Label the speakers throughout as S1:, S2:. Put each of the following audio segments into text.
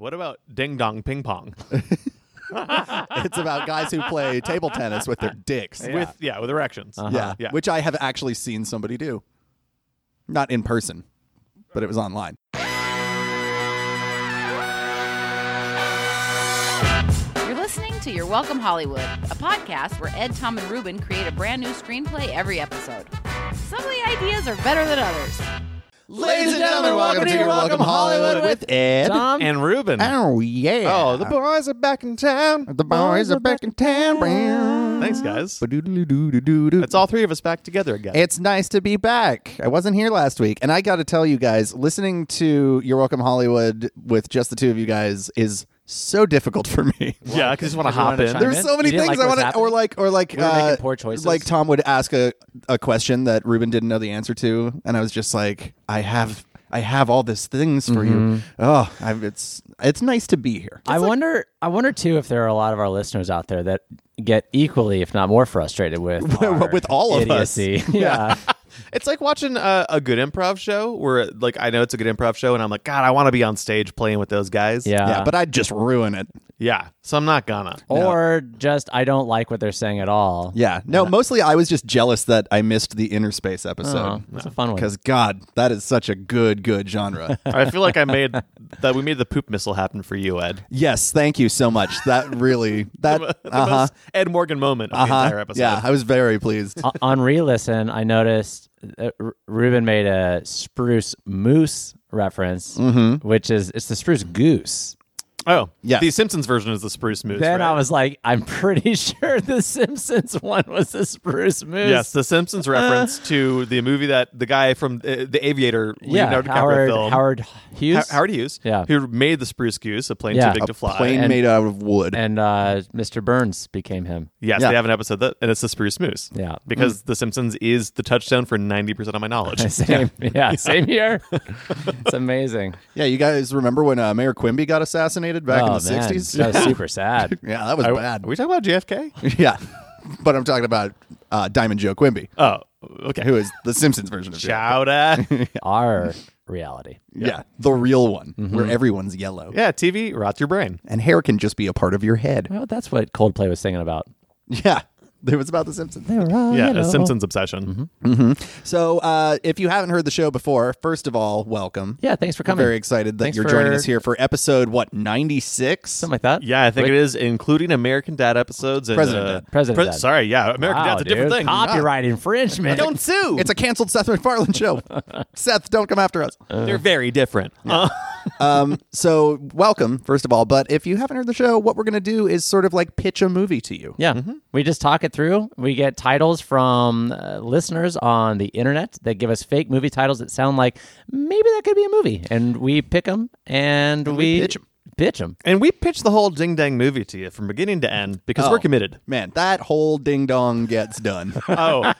S1: What about Ding Dong Ping Pong?
S2: it's about guys who play table tennis with their dicks.
S1: With yeah, with erections.
S3: Uh-huh.
S2: Yeah.
S1: yeah.
S2: Which I have actually seen somebody do. Not in person, but it was online.
S4: You're listening to Your Welcome Hollywood, a podcast where Ed, Tom, and Ruben create a brand new screenplay every episode. Some of the ideas are better than others.
S2: Ladies
S3: and gentlemen, welcome to Your Welcome Hollywood
S2: with Ed.
S3: Tom?
S1: and Ruben.
S2: Oh, yeah.
S3: Oh, the boys are back in town.
S2: The boys are back in town.
S1: Thanks, guys.
S2: Ba-doodle-doo-doo-doo-doo.
S1: It's all three of us back together again.
S2: It's nice to be back. I wasn't here last week, and I got to tell you guys, listening to You're Welcome Hollywood with just the two of you guys is so difficult for me.
S1: yeah, I just want to
S3: Did you wanna
S1: hop in.
S3: chime
S2: There's
S3: in?
S2: so many
S3: You didn't
S2: things I
S3: like what's
S2: want to,
S3: happening?
S2: or like, or like, uh,
S3: We were making poor choices.
S2: Like Tom would ask a a question that Ruben didn't know the answer to, and I was just like, I have, I have all these things for you. Oh, I've, it's it's nice to be here.
S3: Mm-hmm. I wonder. I wonder too if there are a lot of our listeners out there that get equally, if not more, frustrated with our
S2: With all of us.
S3: idiocy. Yeah.
S1: It's like watching a, a good improv show where, like, I know it's a good improv show, and I'm like, God, I want to be on stage playing with those guys.
S3: yeah,
S2: yeah, but I'd just ruin it.
S1: yeah. So I'm not gonna.
S3: or just I don't like what they're saying at all.
S2: Yeah, no. Mostly, I was just jealous that I missed the inner space episode.
S3: Oh, that's a fun one.
S2: Because God, that is such a good, good genre.
S1: I feel like I made that. We made the poop missile happen for you, Ed.
S2: yes, thank you so much. That really that
S1: The
S3: Uh-huh.
S2: uh huh
S1: most Ed Morgan moment of
S2: uh
S1: the
S2: huh
S1: entire episode.
S2: yeah. I was very pleased.
S3: O- on re-listen, I noticed that R- Ruben made a spruce moose reference,
S2: Mm-hmm.
S3: which is it's the spruce goose.
S1: Oh,
S2: Yeah.
S1: The Simpsons version is the spruce moose.
S3: Then
S1: right?
S3: I was like, I'm pretty sure the Simpsons one was the spruce moose.
S1: Yes, the Simpsons reference to the movie that the guy from uh, the Aviator,
S3: Uh. yeah,
S1: Leonardo DiCaprio
S3: Howard,
S1: film,
S3: Howard Hughes.
S1: Ho- Howard Hughes,
S3: Yeah.
S1: who made the Spruce Goose, a plane
S3: Yeah.
S1: too big
S3: A
S1: to fly.
S2: Plane
S1: And-
S2: made out of wood.
S3: and uh, Mr. Burns became him.
S1: yes,
S2: Yeah.
S1: they have an episode that, and it's the Spruce Moose.
S3: Yeah. Mm.
S1: because the Simpsons is the touchstone for ninety percent of my knowledge.
S3: Same, yeah, same here. it's amazing.
S2: yeah, you guys remember when uh, Mayor Quimby got assassinated back in
S3: oh
S2: the
S3: man,
S2: sixties?
S3: that was super sad.
S2: yeah, that was
S1: Are,
S2: bad.
S1: are we talking about JFK?
S2: yeah, but I'm talking about uh, Diamond Joe Quimby,
S1: Oh, okay.
S2: who is the Simpsons version of Jack.
S1: Shout out.
S3: Our reality.
S2: Yeah. the real one where everyone's yellow
S1: yeah, TV rots your brain.
S2: and hair can just be a part of your head.
S3: Well, that's what Coldplay was singing about.
S2: Yeah, it was about the Simpsons.
S3: Oh,
S1: Yeah, a Simpsons obsession.
S3: Mm-hmm.
S2: So, uh, if you haven't heard the show before, first of all, welcome.
S3: Yeah, thanks for
S2: I'm
S3: coming.
S2: very excited that
S3: Thanks
S2: you're joining
S3: for-
S2: us here for episode what 96.
S3: Something like that.
S1: Yeah, I think
S3: Wait,
S1: it is, including American Dad episodes. And,
S2: President
S1: uh,
S2: Dad.
S3: President Dad.
S1: Sorry, yeah, American
S3: wow,
S1: Dad's a different
S3: dude.
S1: thing.
S3: Copyright infringement.
S1: Don't sue.
S2: It's a canceled Seth MacFarlane show. Seth, don't come after us.
S1: They're very different. Uh,
S2: Um, so, welcome, first of all. But if you haven't heard the show, what we're going to do is sort of like pitch a movie to you.
S3: Yeah, we just talk it through. We get titles from uh, listeners on the internet that give us fake movie titles that sound like maybe that could be a movie, and we pick them and, we,
S2: pitch 'em.
S3: Pitch 'em.
S1: And we pitched the whole ding dang movie to you from beginning to end because
S2: Oh.
S1: we're committed.
S2: Man, that whole ding dong gets done.
S1: Oh,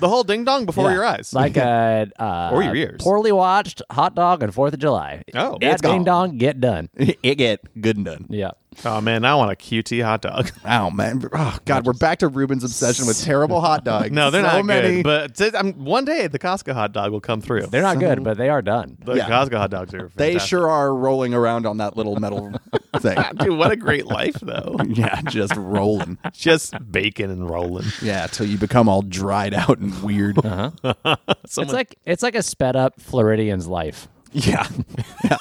S1: the whole ding dong before
S3: Yeah.
S1: your eyes.
S3: Like a uh,
S1: Or your ears.
S3: poorly watched hot dog on Fourth of July.
S1: Oh,
S3: that
S2: it's
S3: ding
S2: gone.
S3: dong get done.
S2: it get good and done.
S3: Yeah,
S1: oh man, I want a QT hot dog.
S2: Oh man, oh god, we're back to Ruben's obsession with terrible hot dogs.
S1: No, they're
S2: so
S1: not
S2: many.
S1: good. But t- I'm- one day the Costco hot dog will come through.
S3: they're not good, but they are done.
S1: the
S2: Yeah.
S1: Costco hot dogs are.
S2: they
S1: fantastic.
S2: sure are rolling around on that little metal thing.
S1: Dude, what a great life though.
S2: Yeah, just rolling.
S1: Just bacon and rolling.
S2: Yeah, till you become all dried out and weird.
S1: Uh-huh.
S3: It's like it's like a sped up Floridian's life.
S2: Yeah. yeah.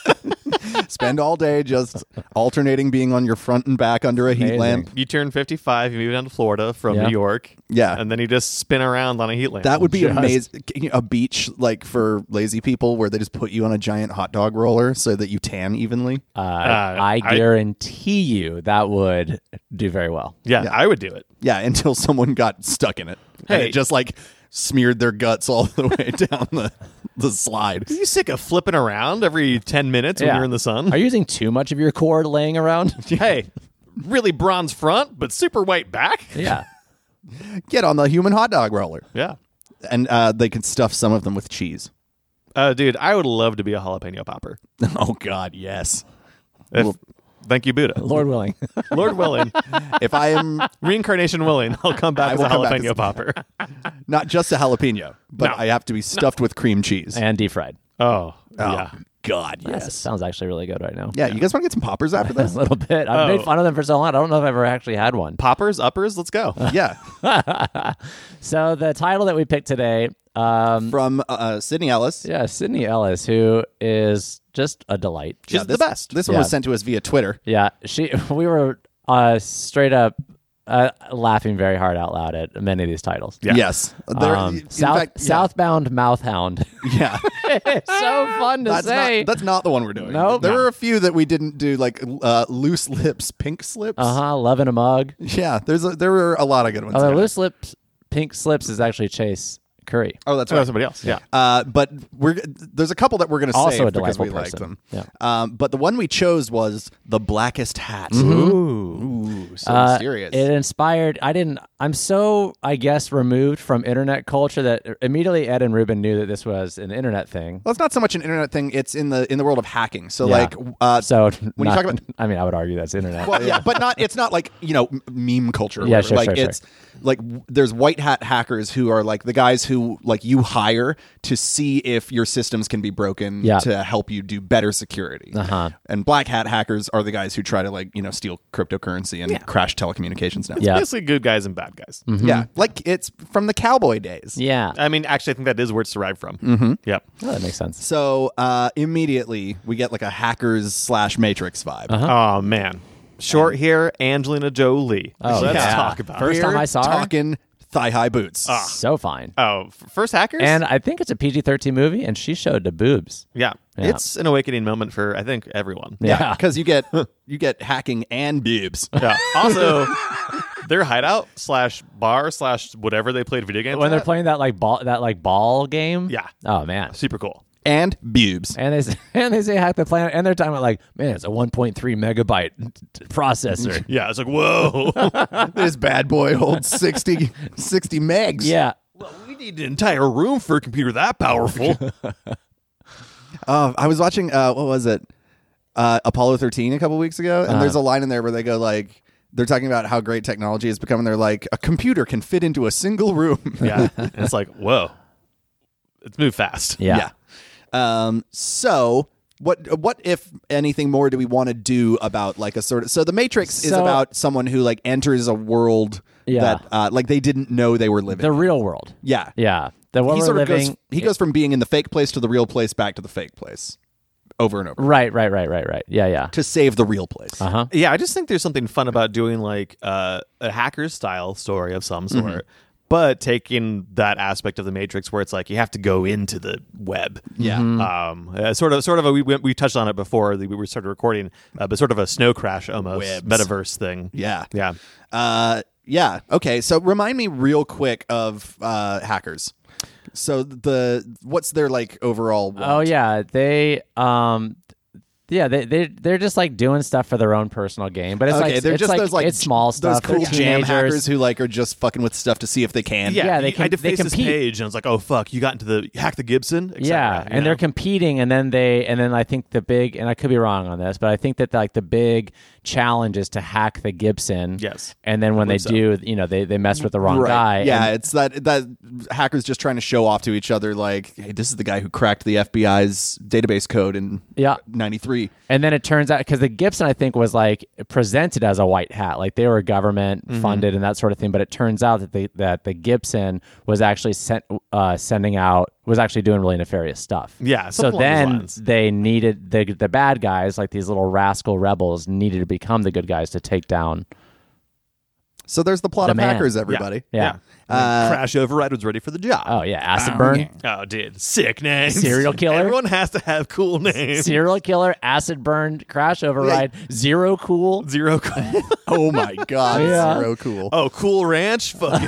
S2: Spend all day just alternating being on your front and back under a heat
S3: Amazing.
S2: lamp.
S1: You turn 55, you move down to Florida from
S3: Yeah.
S1: New York.
S2: Yeah.
S1: And then you just spin around on a heat lamp.
S2: That would be amazing. A beach like for lazy people where they just put you on a giant hot dog roller so that you tan evenly.
S3: Uh,
S1: I-
S3: I guarantee you that would do very well.
S1: yeah, I would do it.
S2: Yeah, until someone got stuck in it. And
S1: Hey.
S2: it just like smeared their guts all the way down the, the slide.
S1: Are you sick of flipping around every 10 minutes when
S3: Yeah.
S1: you're in the sun?
S3: Are you using too much of your cord laying around?
S1: hey, really bronze front, but super white back.
S3: yeah.
S2: Get on the human hot dog roller.
S1: Yeah.
S2: And uh, they could stuff some of them with cheese.
S1: Uh, dude, I would love to be a jalapeno popper.
S2: oh, God, yes.
S1: If-
S2: Well-
S1: thank you, Buddha.
S3: Lord willing.
S1: Lord willing,
S2: If I am
S1: reincarnation willing, I'll come back
S2: I
S1: as a
S2: will come back
S1: jalapeno
S2: as-
S1: popper.
S2: Not just a jalapeno, but
S1: No.
S2: I have to be stuffed with cream cheese.
S3: and deep fried.
S1: Oh, yeah.
S2: God,
S3: That sounds actually really good right now.
S2: Yeah, you guys want to get some poppers after
S3: a
S2: this?
S3: little bit. I've
S1: Oh.
S3: made fun of them for so long. I don't know if I've ever actually had one.
S1: Poppers, uppers, let's go.
S2: yeah,
S3: So the title that we picked today, um,
S2: from uh, uh, Sydney Ellis.
S3: yeah, Sydney Ellis, who is just a delight.
S1: She's
S2: Yeah,
S1: the
S2: this-
S1: best.
S2: This one
S3: Yeah.
S2: was sent to us via Twitter.
S3: Yeah, she. We were uh, straight up uh, laughing very hard out loud at many of these titles.
S1: Yeah.
S2: Yes, There-
S3: Um,
S2: in
S3: South,
S2: fact, yeah.
S3: Southbound Mouthhound.
S2: Yeah,
S3: it's so fun to
S2: that's
S3: say.
S2: not that's not the one we're doing.
S3: Nope.
S2: there
S3: No.
S2: were a few that we didn't do, like uh, loose lips, pink slips.
S3: uh huh. Loving a mug.
S2: Yeah, there's a, there were a lot of good ones.
S3: Although
S2: Yeah.
S3: loose lips, pink slips is actually Chase Curry.
S2: Oh, that's
S1: Oh,
S2: right.
S1: somebody else. Yeah.
S2: Uh, but we're there's a couple that we're going to
S3: Also
S2: save
S3: a
S2: because
S3: delightful
S2: we like
S3: person.
S2: them.
S3: Yeah.
S2: Um, but the one we chose was the blackest hat. Ooh,
S1: Oh,
S2: so
S3: Mm-hmm. Uh,
S2: mysterious.
S3: It inspired. I didn't. I'm so, I guess, removed from internet culture that immediately Ed and Ruben knew that this was an internet thing.
S2: well, it's not so much an internet thing; it's in the in the world of hacking. So,
S3: Yeah.
S2: like, uh,
S3: So
S2: When you
S3: not-
S2: talk about-
S3: I mean, I would argue that's internet.
S2: well, yeah, but not it's not like you know m- meme culture. or
S3: Yeah,
S2: whatever.
S3: sure,
S2: like
S3: sure, sure.
S2: it's like w- there's white hat hackers who are like the guys who like you hire to see if your systems can be broken
S3: Yeah.
S2: to help you do better security.
S3: Uh-huh.
S2: And black hat hackers are the guys who try to like you know steal cryptocurrency and crash telecommunications networks.
S3: Yeah. Mm-hmm.
S1: Basically, good guys and bad guys.
S2: Yeah, like it's from the cowboy days.
S3: yeah.
S1: I mean, actually, I think that is where it's derived from. Mm-hmm. Yep.
S3: Oh, that makes sense.
S2: So uh, immediately we get like a hackers slash matrix vibe.
S3: Uh-huh.
S1: Oh, man. Short hair, Angelina Jolie.
S3: Oh,
S1: Let's
S2: yeah.
S1: talk about Ah.
S3: First
S1: her.
S3: time I saw her,
S2: Talking thigh high boots.
S3: so fine.
S2: uh,
S1: Oh, f- first hackers?
S3: And I think it's a PG 13 movie, and she showed the boobs.
S1: yeah.
S3: Yeah.
S1: It's an awakening moment for, I think, everyone.
S2: yeah,
S3: yeah.
S2: because you get you get hacking and boobs.
S1: Yeah. Also, their hideout slash bar slash whatever they played video games
S3: When they're
S1: at,
S3: playing that like ball, that like ball game.
S1: Yeah.
S3: Oh man.
S1: super cool.
S2: and boobs.
S3: And they say, and they say hack the planet, and they're talking about like, man, it's a 1.3 megabyte t- processor.
S1: Yeah, it's like whoa.
S2: this bad boy holds 60, 60 megs.
S3: yeah.
S1: well, we need an entire room for a computer that powerful.
S2: Uh, I was watching uh, what was it? Uh, Apollo thirteen a couple weeks ago, and there's a line in there where they go like. They're talking about how great technology has become, and they're like, a computer can fit into a single room.
S1: yeah, and it's like whoa. It's moved fast.
S3: Yeah.
S2: Um, so what what if anything more do we want to do about like a sort of so the Matrix is
S3: So-
S2: about someone who like enters a world
S3: Yeah.
S2: that uh, like they didn't know they were living.
S3: The real world.
S2: yeah.
S3: Yeah. The what
S2: He
S3: we're
S2: sort of
S3: living.
S2: goes he goes from being in the fake place to the real place back to the fake place over and over
S3: right. Right. Right. Right. Right. Yeah. Yeah.
S2: to save the real place.
S3: Uh huh.
S1: Yeah, I just think there's something fun about doing like uh, a hacker style story of some
S2: Mm-hmm.
S1: sort. But taking that aspect of the Matrix, where it's like you have to go into the web,
S2: Yeah.
S3: Mm-hmm.
S1: um, uh, sort of, sort of. A, we we touched on it before we we started recording, uh, but sort of a snow crash almost
S2: Webs.
S1: metaverse thing.
S2: Yeah.
S1: yeah.
S2: Uh yeah. Okay. So remind me real quick of uh hackers. So the what's their like overall want?
S3: Oh yeah, they um, yeah they they they're just like doing stuff for their own personal game, but it's
S2: okay,
S3: like
S2: they're
S3: it's
S2: just
S3: like,
S2: those like
S3: it's small
S2: those
S3: stuff. They're
S2: cool jam
S3: teenagers.
S2: hackers who like are just fucking with stuff to see if they can.
S1: Yeah,
S3: Yeah, they
S1: you- I
S3: com- they
S1: defaced this
S3: compete.
S1: page, and I was like, "Oh fuck, you got into the hack the Gibson." et
S3: yeah,
S1: cetera, you
S3: and they're
S1: know?
S3: competing, and then they and then I think the big and I could be wrong on this, but I think that like the big challenge is to hack the Gibson.
S1: Yes.
S3: and then when they do, you know, they they mess with the wrong
S2: Right.
S3: guy.
S2: yeah,
S3: and-
S2: it's that that hackers just trying to show off to each other, like, "Hey, this is the guy who cracked the FBI's database code in
S3: Yeah.
S2: '93."
S3: And then it turns out because the Gibson, I think, was like presented as a white hat, like they were government
S1: Mm-hmm.
S3: funded and that sort of thing. But it turns out that the that the Gibson was actually sent uh, sending out was actually doing really nefarious stuff.
S1: Yeah,
S3: So
S1: something along those
S3: then
S1: lines.
S3: they needed the the bad guys, like these little rascal rebels, needed to become the good guys to take down.
S2: So there's the plot
S3: The
S2: of
S3: man.
S2: hackers, everybody. Uh,
S3: Yeah.
S1: And then Crash Override was ready for the job.
S3: Oh yeah, acid burn,
S1: Oh, dude, sick name.
S3: Serial killer?
S1: Everyone has to have cool names.
S3: serial killer, acid burn, crash override, zero cool.
S1: Zero cool.
S2: Oh my god,
S3: Yeah.
S2: zero cool.
S1: oh, cool ranch. Fucking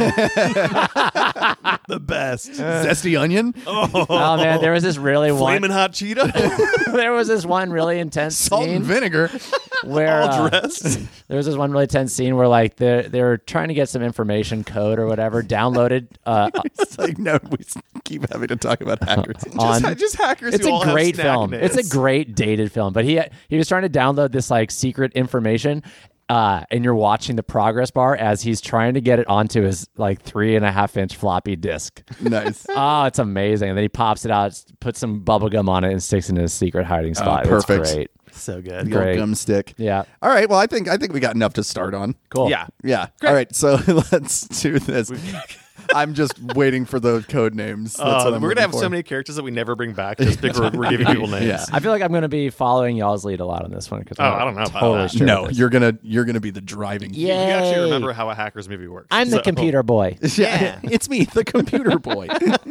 S1: the best.
S2: Zesty onion,
S3: Oh man, there was this really one.
S1: Flaming hot cheetah.
S3: there was this one really intense
S2: salt
S3: scene
S2: and vinegar.
S3: where uh,
S1: all dressed.
S3: there was this one really tense scene where like they they were trying to get some information code or whatever downloaded. Uh,
S2: it's like no, we s- keep having to talk about hackers.
S3: on
S1: just, just hackers.
S3: it's
S1: who all
S3: a
S1: have
S3: great
S1: snack
S3: film.
S1: Names.
S3: It's a great dated film. But he he was trying to download this like secret information. uh, and you're watching the progress bar as he's trying to get it onto his like three and a half inch floppy disk.
S2: Nice.
S3: Oh, it's amazing. And then he pops it out, puts some bubble gum on it, and sticks it in his secret hiding
S1: Oh,
S3: spot. It's
S2: perfect.
S3: great.
S1: So good.
S2: The old
S3: Great.
S2: gum stick.
S3: Yeah.
S2: All right. Well, I think I think we got enough to start on.
S3: Cool.
S1: Yeah. Um,
S2: Yeah. All right. So let's do this. I'm just waiting for the code names. That's
S1: Uh,
S2: what I'm
S1: we're gonna have
S2: waiting
S1: so
S2: for.
S1: many characters that we never bring back just because we're, we're giving people names.
S2: Yeah.
S3: I feel like I'm going to be following y'all's lead a lot on this one because
S1: Oh, I don't know about
S3: Totally
S1: that.
S3: sure.
S2: No, you're gonna you're gonna be the driving.
S3: Yeah.
S1: You actually
S3: Yay.
S1: remember how a hacker's movie works.
S3: I'm the
S1: So-
S3: computer boy.
S2: Yeah. It's me, the computer boy.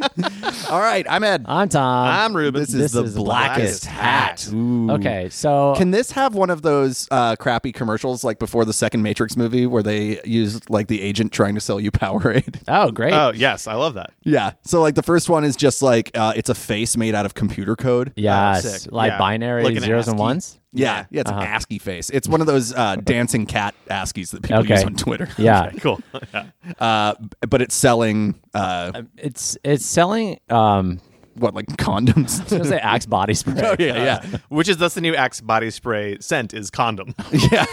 S2: All right. I'm Ed.
S3: I'm Tom.
S1: I'm Ruben.
S2: This is the blackest hat. Ooh.
S3: okay. So
S2: Can this have one of those uh, crappy commercials like before the second Matrix movie where they used like the agent trying to sell you Powerade?
S3: oh great.
S1: Oh yes, I love that.
S2: yeah. So like the first one is just like uh, it's a face made out of computer code.
S3: yes.
S1: sick.
S3: Like
S1: Yeah.
S3: binary
S1: Like an
S3: zeros and
S1: ASCII.
S3: ones.
S2: Yeah, yeah, it's an ASCII face. It's one of those uh, dancing cat ASCII's that people
S3: Okay.
S2: use on Twitter.
S3: Yeah.
S1: Cool. Yeah.
S2: uh, but it's selling uh,
S3: It's it's selling. Um,
S2: what like condoms.
S3: I was gonna say Axe body spray.
S2: oh yeah, yeah,
S1: Which is thus the new Axe body spray scent is condom.
S2: yeah.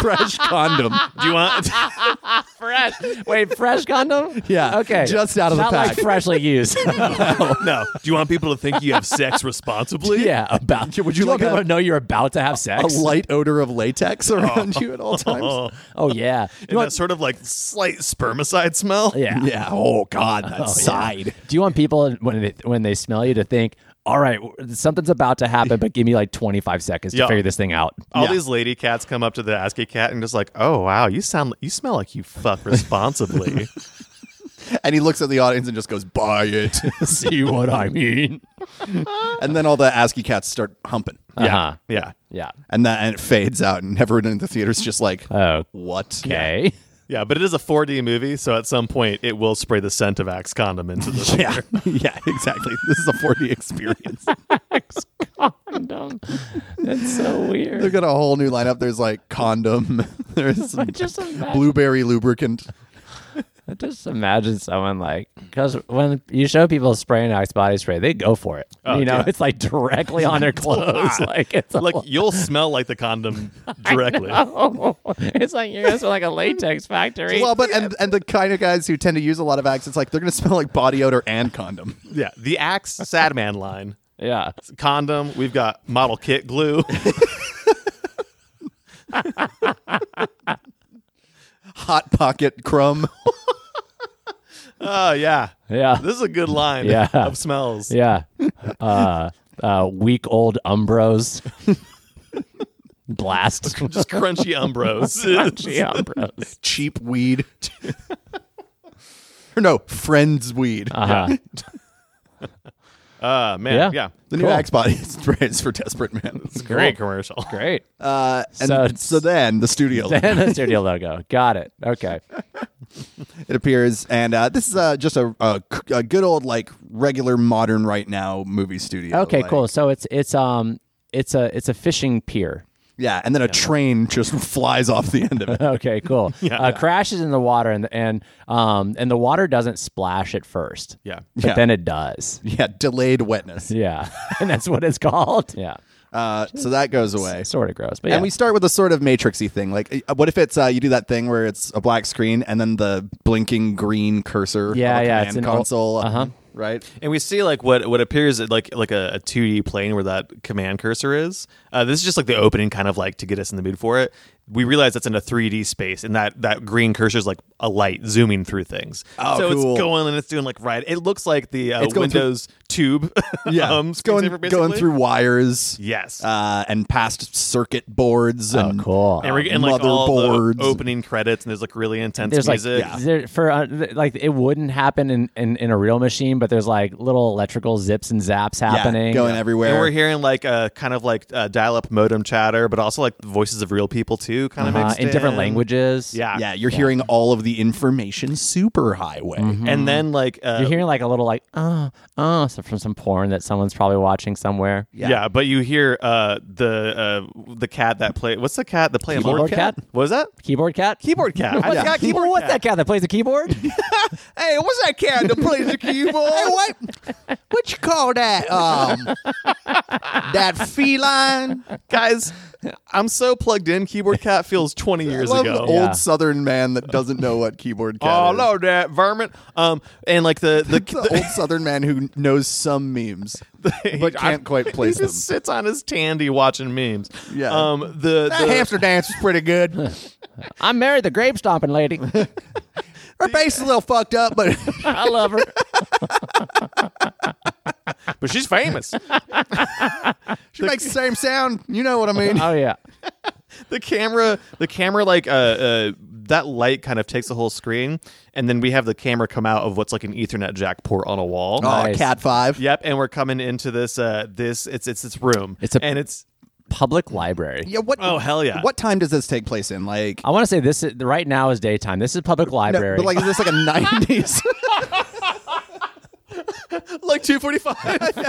S2: Fresh condom.
S1: Do you want?
S3: fresh. Wait, fresh condom?
S2: Yeah,
S3: Okay.
S2: just out of the
S3: Not
S2: pack.
S3: like freshly used.
S1: no. Do you want people to think you have sex responsibly?
S3: yeah. About.
S2: Would you
S3: want
S2: like
S3: people
S2: a-
S3: to know you're about to have
S2: A
S3: sex?
S2: light odor of latex around you at all times.
S1: Oh,
S3: oh yeah.
S1: and that sort of like slight spermicide smell.
S3: Yeah.
S2: Yeah. Oh God, that side.
S3: Do you want people when they when they smell you to think, all right, w- something's about to happen, but give me like 25 seconds to
S1: Yeah.
S3: figure this thing out?
S1: All
S2: Yeah.
S1: these lady cats come up to the ASCII cat and just like, oh wow, you sound, you smell like you fuck responsibly.
S2: And he looks at the audience and just goes, "Buy it."
S3: See what I mean?
S2: and then all the ASCII cats start humping,
S3: Yeah.
S1: yeah,
S3: Yeah.
S2: and that and it fades out, and everyone in the theater's just like,
S3: Okay.
S2: "What?"
S1: yeah. But it is a 4D movie, so at some point it will spray the scent of Axe condom into the
S2: Yeah,
S1: theater.
S2: yeah, exactly. This is a 4D experience.
S3: Condom. That's so
S2: They've
S3: weird.
S2: got a whole new lineup. There's like condom. There's some
S3: just imagine-
S2: blueberry lubricant.
S3: I just imagine someone like because when you show people spraying Axe body spray, they go for it. you know, it's like directly on their clothes. like it's a
S1: like you'll smell like the condom directly.
S3: Oh, it's like you're gonna smell like a latex factory.
S2: Well, but and and the kind of guys who tend to use a lot of Axe, it's like they're gonna smell like body odor and condom.
S1: Yeah, the Axe Sad Man line.
S3: yeah,
S1: Condom. We've got model kit glue.
S2: Hot pocket crumb.
S1: Oh yeah,
S3: yeah,
S1: this is a good line.
S3: Yeah.
S1: of smells.
S3: yeah. Uh, uh, weak old Umbros. Blast.
S1: Just crunchy Umbros.
S3: Crunchy Umbros.
S2: cheap weed. or no, friends weed.
S3: Uh-huh.
S1: Uh man, yeah.
S3: Yeah.
S2: the new
S3: cool.
S2: Axe body sprays for desperate man.
S1: Great commercial.
S3: Great.
S2: Uh, and
S3: So
S2: so,
S3: it's-
S2: then the studio
S3: And the studio logo. Got it. Okay.
S2: it appears, and uh, this is uh, just a, a, a good old like regular modern right now movie studio.
S3: Okay.
S2: like-
S3: Cool. So it's it's um it's a it's a fishing pier.
S2: Yeah, and then a train just flies off the end of it.
S3: Okay, cool. uh, Crashes in the water and and um and the water doesn't splash at first.
S1: Yeah.
S3: but
S2: Yeah.
S3: then it does.
S2: Yeah, delayed wetness.
S3: Yeah, and that's what it's called. Yeah,
S2: Uh, so that goes away.
S3: sort of gross, but yeah.
S2: And we start with a sort of matrixy thing. Like, uh, what if it's uh, you do that thing where it's a black screen and then the blinking green cursor? on
S3: Yeah,
S2: the
S3: yeah,
S2: command
S3: it's an old-
S2: console. uh-huh. Right.
S1: And we see like what what appears like like a, a 2D plane where that command cursor is. Uh, this is just like the opening, kind of like to get us in the mood for it. We realize that's in a 3D space, and that that green cursor is like a light zooming through things.
S2: Oh,
S1: so
S2: cool.
S1: it's going and it's doing like right. It looks like the uh,
S2: It's going through-
S1: Windows tube.
S2: Yeah,
S1: um,
S2: it's going
S1: screensaver,
S2: going
S1: basically.
S2: through wires.
S1: Yes.
S2: Uh, and past circuit boards. and
S3: Oh, cool.
S1: and we're getting like all
S2: motherboards.
S1: the opening credits, and there's like really intense
S3: there's like
S1: music.
S3: there, for uh, th- like it wouldn't happen in, in in a real machine, but there's like little electrical zips and zaps
S2: yeah,
S3: happening.
S2: going everywhere.
S1: And we're hearing like uh, kind of like uh, dial-up modem chatter, but also like the voices of real people too, kind of
S3: Uh,
S1: mixed
S3: in different languages.
S1: Yeah,
S2: yeah, you're hearing all of the information superhighway.
S3: Mm-hmm.
S1: And then like uh,
S3: You're hearing like a little like oh oh so from some porn that someone's probably watching somewhere.
S1: yeah. but you hear uh, the uh, the cat that play. What's the cat that play
S3: Keyboard cat?
S1: What was that?
S3: Keyboard cat.
S1: Keyboard cat. I
S3: What's,
S1: forgot keyboard
S3: what's
S1: cat.
S3: that cat that plays the keyboard?
S2: Hey, what's that cat that plays the keyboard? hey, what? What you call that? Um, that feline?
S1: Guys, I'm so plugged in. Keyboard Cat feels 20 years
S2: I love
S1: ago.
S2: an
S3: Yeah.
S2: old Southern man that doesn't know what keyboard cat
S1: Oh,
S2: is.
S1: no, that vermin. Um, and like the the,
S2: It's an old Southern man who knows some memes but can't quite
S1: he
S2: place
S1: just
S2: them.
S1: sits on his tandy watching memes.
S2: Yeah.
S1: Um, the,
S2: That
S1: the-
S2: hamster dance is pretty good.
S3: I'm married the grape stomping lady.
S2: Her face is a little fucked up, but
S3: I love her.
S1: but she's famous.
S2: she makes the same sound. You know what I mean?
S3: Oh yeah.
S1: the camera the camera like uh, uh that light kind of takes the whole screen and then we have the camera come out of what's like an ethernet jack port on a wall
S2: Aw,
S3: Nice.
S2: cat five.
S1: yep and we're coming into this uh this it's it's this room
S3: It's a-
S1: and it's
S3: Public library.
S2: Yeah, what?
S1: Oh, hell yeah.
S2: What time does this take place in? Like,
S3: I want to say this is, right now is daytime. This is public
S2: no,
S3: library.
S2: but like, is this like a nineties?
S1: like 245
S2: you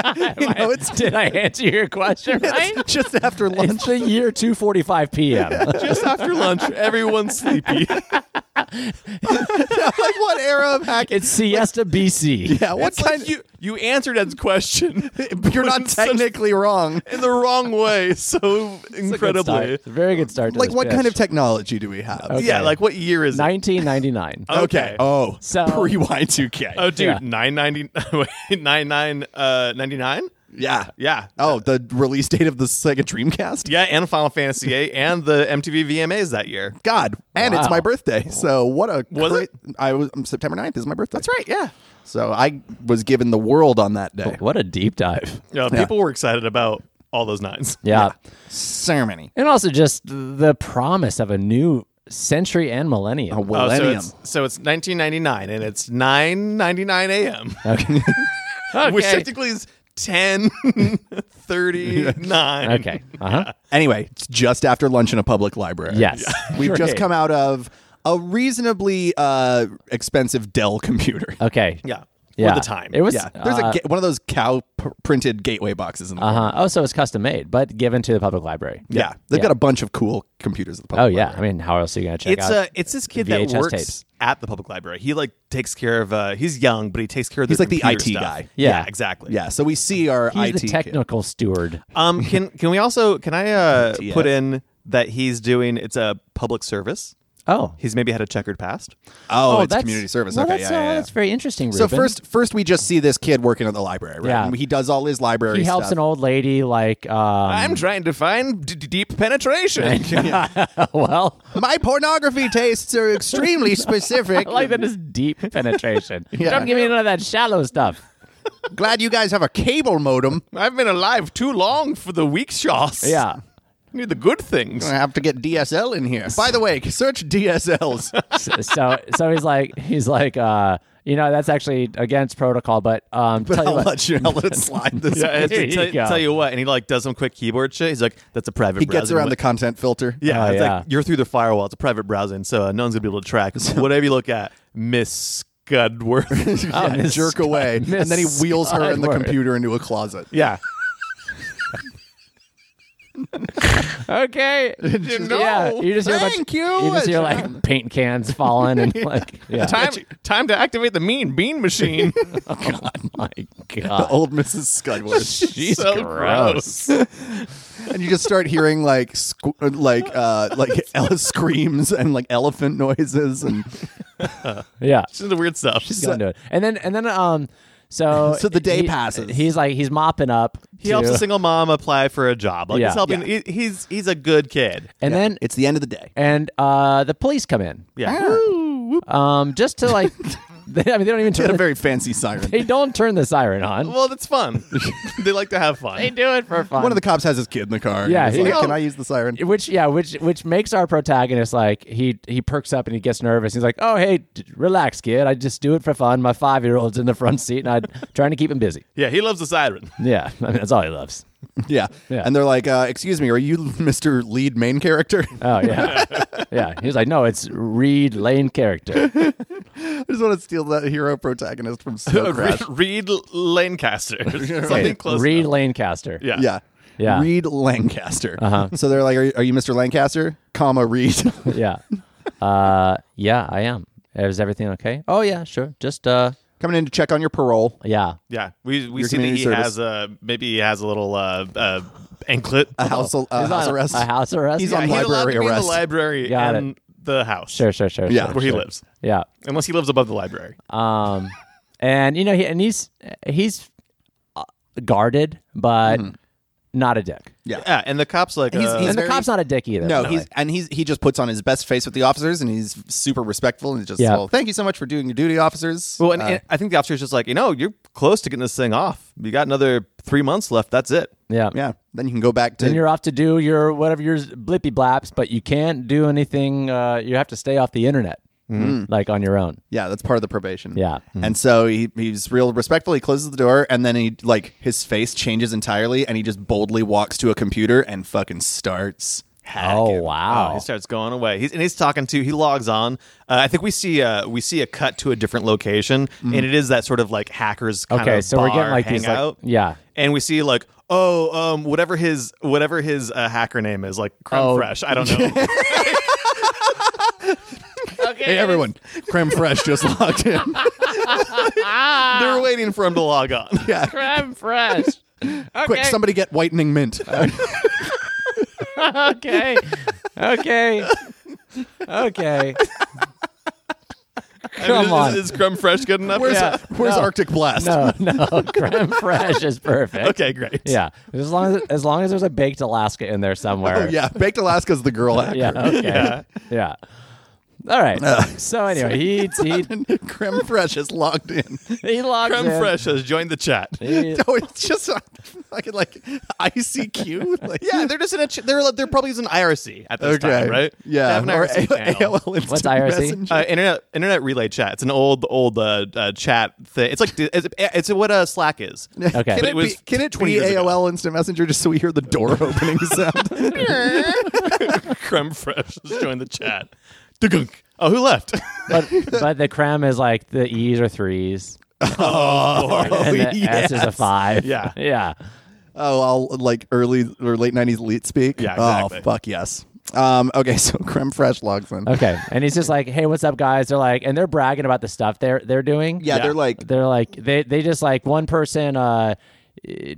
S2: know, it's
S3: Did I answer your question right?
S2: just after lunch.
S3: It's the year 2:45 p.m.
S1: just after lunch everyone's sleepy
S2: like, what era of hacking?
S3: It's siesta BC.
S2: Yeah, what
S1: it's like
S2: kind?
S1: you you answered Ed's question
S2: you're not
S1: in such-
S2: technically wrong.
S1: in the wrong way so
S3: It's a good start.
S1: incredibly
S3: It's a very good start. To
S2: Like,
S3: this
S2: what
S3: pitch.
S2: kind of technology do we have?
S3: Okay.
S1: yeah like what year is it
S3: 1999?
S1: okay.
S2: Oh,
S3: So-
S2: pre Y two K.
S1: oh dude
S3: Yeah.
S1: 990 wait, 99 uh 99
S2: Yeah.
S1: yeah
S2: Oh, the release date of the Sega Dreamcast.
S1: Yeah, and Final Fantasy VIII and the MTV VMAs that year.
S2: God, and it's
S3: Wow.
S2: my birthday. So what a
S1: Was
S2: great!
S1: it?
S2: I was um, September 9th is my birthday. That's
S1: right, yeah.
S2: So I was given the world on that day.
S3: What a deep dive.
S1: Yeah, people were excited about all those nines.
S3: Yeah.
S2: So many.
S3: and also just the promise of a new century and millennium.
S2: A
S1: Oh, so
S2: millennium.
S1: it's, so it's 1999 and it's 9:99 a.m., which
S3: Okay.
S1: technically is 10:39.
S3: Okay. Uh huh.
S2: anyway, it's just after lunch in a public library.
S3: Yes.
S2: We've just
S3: Great.
S2: come out of a reasonably uh, expensive Dell computer.
S3: Okay.
S1: Yeah.
S3: Yeah.
S1: For the time.
S3: It was.
S2: yeah, there's a ga- one of those cow p- printed gateway boxes in the
S3: Uh huh. Oh, so it's custom made, but given to the public library.
S2: Yeah, they've
S3: Yeah.
S2: got a bunch of cool computers at the public.
S3: Oh yeah.
S2: library.
S3: I mean, how else are you gonna check
S1: it's
S3: out?
S1: uh, it's this kid that
S3: VHS
S1: works
S3: tapes.
S1: at the public library. He like takes care of uh he's young, but he takes care of
S2: He's
S1: their
S2: like the
S1: computer
S2: IT
S1: stuff.
S2: guy.
S1: Yeah,
S3: Yeah.
S1: exactly.
S2: yeah. So we see our
S3: He's
S2: IT
S3: the
S2: kid.
S3: technical steward.
S1: Um can can we also can I uh
S2: ITF.
S1: put in that he's doing it's a public service.
S3: Oh.
S1: He's maybe had a checkered past.
S2: Oh, it's
S3: that's-
S2: community service.
S3: Well,
S2: okay,
S3: that's,
S2: yeah,
S3: uh,
S2: yeah, yeah.
S3: that's very interesting.
S2: So
S3: Ruben.
S2: first, first we just see this kid working at the library. Right?
S3: Yeah.
S2: And he does all his library.
S3: he helps an
S2: stuff.
S3: old lady like. Um,
S1: I'm trying to find d- d- deep penetration.
S3: well,
S2: My pornography tastes are extremely specific.
S3: I like that is deep penetration. Don't give me none of that shallow stuff.
S2: Glad you guys have a cable modem.
S1: I've been alive too long for the weak shots.
S3: Yeah.
S1: Need the good things.
S2: I have to get DSL in here. By the way, search DSLs.
S3: so so he's like he's like uh you know that's actually against protocol but um
S2: But
S3: tell you
S2: I'll
S3: what,
S2: let you I'll let it slide this.
S1: Yeah,
S2: way.
S1: it's-
S3: Here you
S1: tell,
S3: go.
S1: tell you what, and he like does some quick keyboard shit. He's like, "That's a private."
S2: he gets
S1: browsing
S2: around
S1: wi-
S2: the content filter.
S1: Yeah,
S3: Oh,
S1: it's
S3: yeah.
S1: like you're through the firewall. It's a private browsing, so uh, no one's gonna be able to track whatever you look at, Miss Scudworth.
S2: Yeah,
S3: Oh, Miss
S2: jerk away, and
S3: Miss
S2: then he wheels her and the
S3: Skyward.
S2: computer into a closet.
S1: yeah,
S3: okay
S1: you
S3: yeah
S1: know?
S3: you just hear a bunch,
S2: Thank you.
S3: you just hear like paint cans falling and like yeah
S1: time time to activate the mean bean machine.
S3: my
S2: The
S3: god
S2: old Mrs. Scudworth,
S3: she's
S1: so gross.
S2: and you just start hearing like squ- like uh, like ele- screams and like elephant noises, and
S3: yeah
S1: Just the weird stuff.
S3: she's gonna do it and then and then um so
S2: So the day
S3: he-
S2: passes.
S3: he's like he's mopping up
S1: He helps
S3: too.
S1: a single mom apply for a job. Like
S3: Yeah.
S1: he's helping. he- he's he's a good kid.
S3: and then
S2: it's the end of the day.
S3: and uh the police come in
S1: Yeah.
S3: um just to like they, I mean they don't even
S2: Had a
S3: turn
S2: very fancy siren.
S3: they don't turn the siren on
S1: Well, that's fun. they like to have fun.
S3: do it for fun
S2: One of the cops has his kid in the car. and
S3: Yeah,
S2: he's
S3: he-
S2: like, can I use the siren?
S3: which yeah which which makes our protagonist like he he perks up and he gets nervous he's like oh hey d- relax kid i just do it for fun my five year old's in the front seat and i'm trying to keep him busy
S1: Yeah, he loves the siren.
S3: yeah I mean, that's all he loves
S2: Yeah.
S3: Yeah.
S2: and they're like, uh, "Excuse me, are you Mr. Lead main character?"
S3: oh yeah yeah he's like no it's reed lane character
S2: I just want to steal that hero protagonist from Snow Crash.
S1: Reed, Reed Lancaster. Something close.
S3: reed
S1: enough.
S3: lancaster
S1: Yeah.
S2: Yeah.
S3: Yeah.
S2: Reed Lancaster. Uh-huh. So they're like, are you, are you Mr. Lancaster, comma Reed?
S3: yeah uh yeah i am is everything okay oh yeah sure just uh
S2: Coming in to check on your parole.
S3: yeah
S1: Yeah. We we
S2: Your
S1: see that
S2: community
S1: he
S2: service.
S1: has a maybe he has a little uh, uh, anklet.
S2: a house, a
S3: He's
S2: house
S3: on
S2: arrest.
S3: A house arrest.
S2: He's
S1: Yeah,
S2: on
S1: he's allowed
S2: library
S1: to be in
S2: arrest.
S1: the library
S3: Got
S1: and the house.
S3: Sure, sure, sure.
S2: Yeah.
S3: sure,
S1: Where he
S3: sure.
S1: lives.
S3: Yeah.
S1: Unless he lives above the library.
S3: Um, and you know, he, and he's he's uh, guarded, but not a dick.
S1: Yeah, and the cops like
S2: He's-
S1: uh,
S2: Mm-hmm. he's
S3: and the
S2: very-
S3: cop's not a dick either.
S2: No,
S3: by the
S2: he's
S3: way.
S2: and he's he just puts on his best face with the officers, and he's super respectful, and he's just
S3: Yeah.
S2: well, thank you so much for doing your duty, officers.
S1: Well, and,
S2: Uh,
S1: and I think the officer's just like, you know, you're close to getting this thing off. You got another three months left. That's it.
S3: yeah.
S2: yeah, then you can go back to
S3: Then you're off to do your whatever your blippy blaps, but you can't do anything. Uh, you have to stay off the internet,
S1: Mm.
S3: like on your own.
S2: yeah, that's part of the probation.
S3: Yeah.
S2: and so he he's real respectful. He closes the door, and then he like his face changes entirely, and he just boldly walks to a computer and fucking starts. hacking.
S3: Oh wow!
S1: Oh, he starts going away. He's and he's talking to. He logs on. Uh, I think we see uh, we see a cut to a different location, and it is that sort of like hackers. Kind
S3: Mm. okay,
S1: of
S3: so we're getting
S1: bar
S3: like these, like,
S1: hangout.
S3: yeah,
S1: and we see like oh um whatever his whatever his uh, hacker name is like creme
S3: Oh.
S1: fresh. I don't know.
S4: Okay.
S2: Hey everyone, Creme Fresh just logged in.
S1: They're waiting for him to log on.
S2: yeah,
S4: Creme fresh. Okay.
S2: quick, somebody get whitening mint.
S3: okay, okay, okay.
S1: I mean,
S3: Come on.
S1: is, is creme fresh good enough?
S2: Where's
S3: Yeah.
S2: where's
S3: No.
S2: Arctic Blast?
S3: No, no, creme fraiche is perfect.
S1: Okay, great.
S3: Yeah, as long as as long as there's a baked Alaska in there
S2: Oh
S3: somewhere.
S2: yeah, Baked Alaska's the girl hacker.
S3: yeah, okay, yeah. All right.
S1: Uh,
S3: so anyway, he he
S2: Creme Fresh is logged in.
S3: he logs
S1: creme
S3: in.
S1: fresh has joined the chat.
S3: He-
S2: No, it's just on fucking like ICQ. Like,
S1: Yeah, they're just in a. Ch- they're they're probably using IRC at this time, right? They
S2: Yeah.
S1: have an
S2: or
S1: IRC
S2: A-
S1: channel.
S2: AOL Instant
S3: What's IRC?
S2: Messenger.
S1: Uh, internet internet relay chat. It's an old old uh, uh, chat thing. It's like it's, it's what uh, Slack is.
S3: Okay.
S2: Can
S1: But
S2: it,
S1: it was
S2: be, can it
S1: 20
S2: be
S1: years ago.
S2: AOL Instant Messenger just so we hear the door opening sound?
S1: Creme Fresh has joined the chat. Dugunk. Oh, who left?
S3: but but the creme is like the E's are threes
S2: oh,
S3: and the S is a
S2: yes.
S3: five.
S1: Yeah.
S3: yeah.
S2: Oh, all like early or late 90s leet speak?
S1: Yeah,
S2: Oh,
S1: exactly.
S2: fuck yes. Um, okay, so Creme Fresh logs in.
S3: Okay, and he's just like, "Hey, what's up, guys?" They're like, and they're bragging about the stuff they're they're doing.
S2: Yeah,
S1: Yeah.
S2: they're like,
S3: they're like they they just like one person uh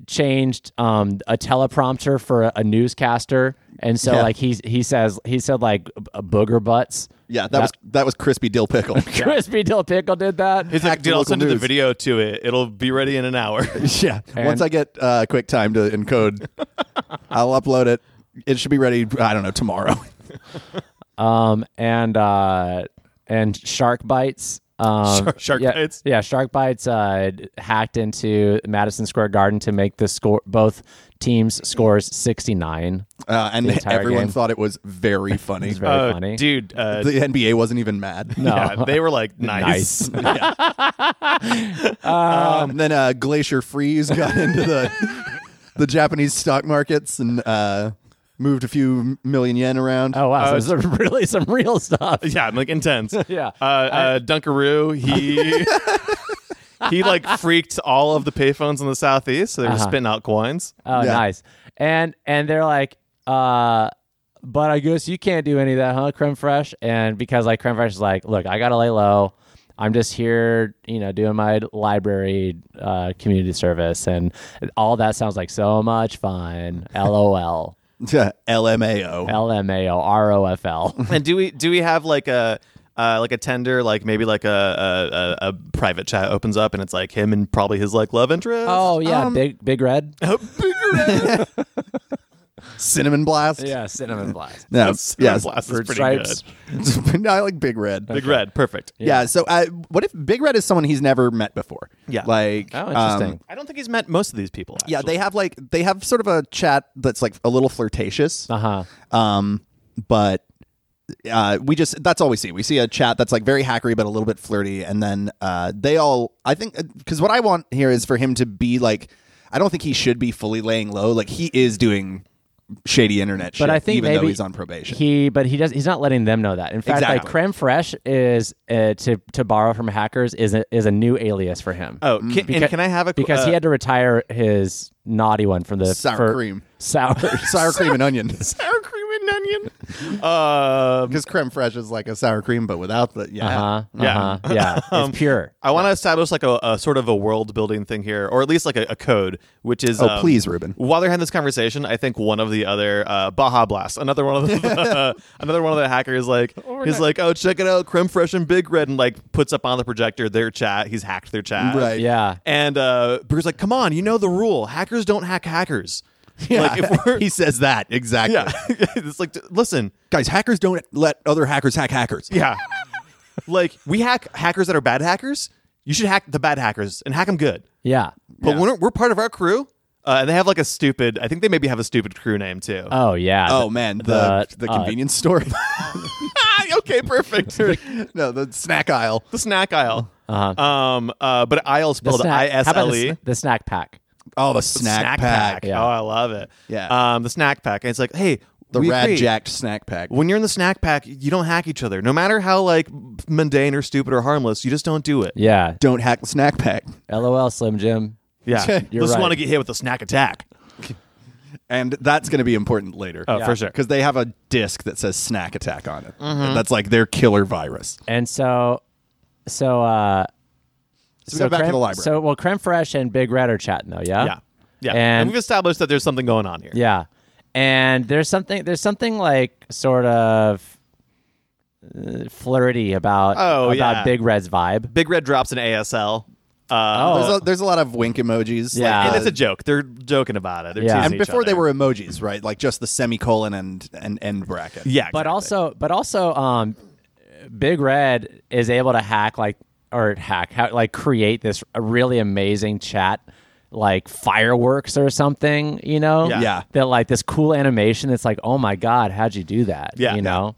S3: changed um a teleprompter for a, a newscaster, and so
S2: Yeah.
S3: like he he says he said like b- booger butts.
S2: yeah, that, was that was crispy dill pickle.
S3: Crispy Dill Pickle did that.
S1: He's like,
S2: Hack the
S1: dude, I'll
S2: local
S1: send you the
S2: news.
S1: video to it. It'll be ready in an hour. Uh,
S2: yeah, once I get uh, quick time to encode, I'll upload it. It should be ready. I don't know tomorrow.
S3: um, and uh, and shark bites. Um,
S1: Shark- shark
S3: yeah,
S1: bites?
S3: Yeah, shark bites uh, d- hacked into Madison Square Garden to make the score both teams scores sixty nine.
S2: Uh, and
S3: entire
S2: everyone
S3: game.
S2: thought it was very funny.
S3: It's very
S1: Uh,
S3: funny.
S1: dude. Uh,
S2: the NBA wasn't even mad.
S3: No.
S1: yeah, they were like nice.
S3: Nice.
S2: Yeah. Um, and then uh, Glacier Freeze got into the the Japanese stock markets and uh, moved a few million yen around.
S3: oh
S1: uh,
S3: wow, so this is really some real stuff.
S1: yeah, I'm like intense.
S3: Yeah.
S1: Uh, uh, Dunkaroo. He. He like freaked all of the payphones in the southeast, so they were
S3: Uh-huh.
S1: just spitting out coins.
S3: Oh,
S2: Yeah.
S3: nice. And and they're like, uh, but I guess you can't do any of that, huh, Creme Fresh? And because like Creme Fresh is like, look, I gotta lay low. I'm just here, you know, doing my library uh, community service, and all that sounds like so much fun. LOL,
S2: LMAO.
S3: LMAO, ROFL.
S1: And do we do we have like a uh, like a tender like maybe like a, a, a, a private chat opens up and it's like him and probably his like love interest.
S3: Oh yeah, big big red.
S2: Cinnamon Blast.
S3: yeah, cinnamon blast.
S2: No,
S1: yeah,
S2: yes.
S1: blast is
S3: Bird
S1: pretty
S3: stripes.
S1: good.
S2: no, I like Big Red.
S1: Big red, perfect.
S2: yeah. So, uh, what if Big Red is someone he's never met before?
S1: Yeah.
S2: Like,
S3: Oh,
S2: um,
S3: interesting.
S1: I don't think he's met most of these people.
S2: yeah,
S1: actually.
S2: they have like they have sort of a chat that's like a little flirtatious.
S3: uh huh.
S2: Um, but uh, we just that's all we see. We see a chat that's like very hackery but a little bit flirty, and then uh, they all I think because what I want here is for him to be like I don't think he should be fully laying low. Like he is doing shady internet shit,
S3: But I think
S2: even
S3: maybe
S2: though he's on probation.
S3: He, but he does. He's not letting them know that. In fact, like
S2: Exactly.
S3: creme fraiche is uh, to to borrow from hackers is a, is a new alias for him.
S1: Oh, can, and
S3: Beca-
S1: can I have a
S3: because he
S1: uh,
S3: had to retire his naughty one from the
S2: Sour
S3: for-
S2: cream.
S3: sours.
S2: sour cream and onion.
S1: sour cream and onion. Um,
S2: Because creme fraiche is like a sour cream, but without the yeah. Um,
S3: Uh-huh,
S1: Yeah.
S3: uh-huh, yeah. It's pure.
S1: I want to establish like a, a sort of a world building thing here, or at least like a, a code, which is um,
S2: Oh, please, Ruben.
S1: While they're having this conversation, I think one of the other uh, Baja Blast, another one of the another one of the hackers, like he's like, oh, check it out, Creme Fresh and Big Red, and like puts up on the projector their chat. He's hacked their chat,
S2: Right.
S3: Yeah.
S1: And uh, Bruce's like, come on, you know the rule: hackers don't hack hackers. Like if we're
S2: he says that exactly.
S1: yeah, it's like listen,
S2: Guys, hackers don't let other hackers hack hackers.
S1: yeah. like we hack hackers that are bad hackers. You should hack the bad hackers and hack them good.
S3: Yeah.
S1: But
S2: Yeah.
S1: we're, we're part of our crew, uh, and they have like a stupid. I think they maybe have a stupid crew name too.
S3: Oh yeah.
S2: Oh man, the the,
S3: The- uh,
S2: convenience store.
S1: okay, perfect.
S2: no, the snack aisle.
S1: the snack aisle. Uh-huh. Um, uh, but aisle
S3: The
S1: spelled I
S3: snack-
S1: S
S3: how about
S1: L
S3: the,
S1: E.
S3: sn- the snack pack?
S2: Oh, the snack, pack.
S3: Yeah.
S1: Oh, I love it.
S2: Yeah.
S1: Um, the snack pack. And it's like, hey,
S2: The
S1: we
S2: rad
S1: agree.
S2: jacked snack pack.
S1: When you're in the snack pack, you don't hack each other. No matter how like mundane or stupid or harmless, you just don't do it.
S3: Yeah.
S2: Don't hack the snack pack.
S3: LOL, Slim Jim.
S1: Yeah.
S2: You're
S1: just
S3: right.
S1: want to get hit with a snack attack.
S2: And that's going to be important later.
S1: Oh, for sure.
S2: Because they have a disc that says snack attack on it. That's like their killer virus.
S3: And so, so, uh,
S2: So, we go back
S3: creme,
S2: to the library.
S3: So, well, creme fraiche and Big Red are chatting though. Yeah.
S1: Yeah. Yeah.
S3: And,
S1: we've established that there's something going on here.
S3: yeah. And there's something, there's something like sort of uh, flirty about,
S1: Oh,
S3: about
S1: yeah.
S3: Big Red's vibe.
S1: Big Red drops an ASL. Uh,
S3: Oh.
S2: there's, a, there's a lot of wink emojis. like,
S3: Yeah.
S1: and
S2: uh,
S1: it's a joke. They're joking about it. They're
S3: Oh, Yeah.
S1: teasing
S2: and
S1: each
S2: before they
S1: other.
S2: were emojis, right? Like just the semicolon and and end bracket.
S1: yeah,
S3: but
S1: exactly.
S3: also but also um big red is able to hack like or hack how like create this really amazing chat like fireworks or something you know
S1: Yeah.
S2: Yeah.
S3: that like this cool animation that's like oh my god how'd you do that
S1: Yeah.
S3: you know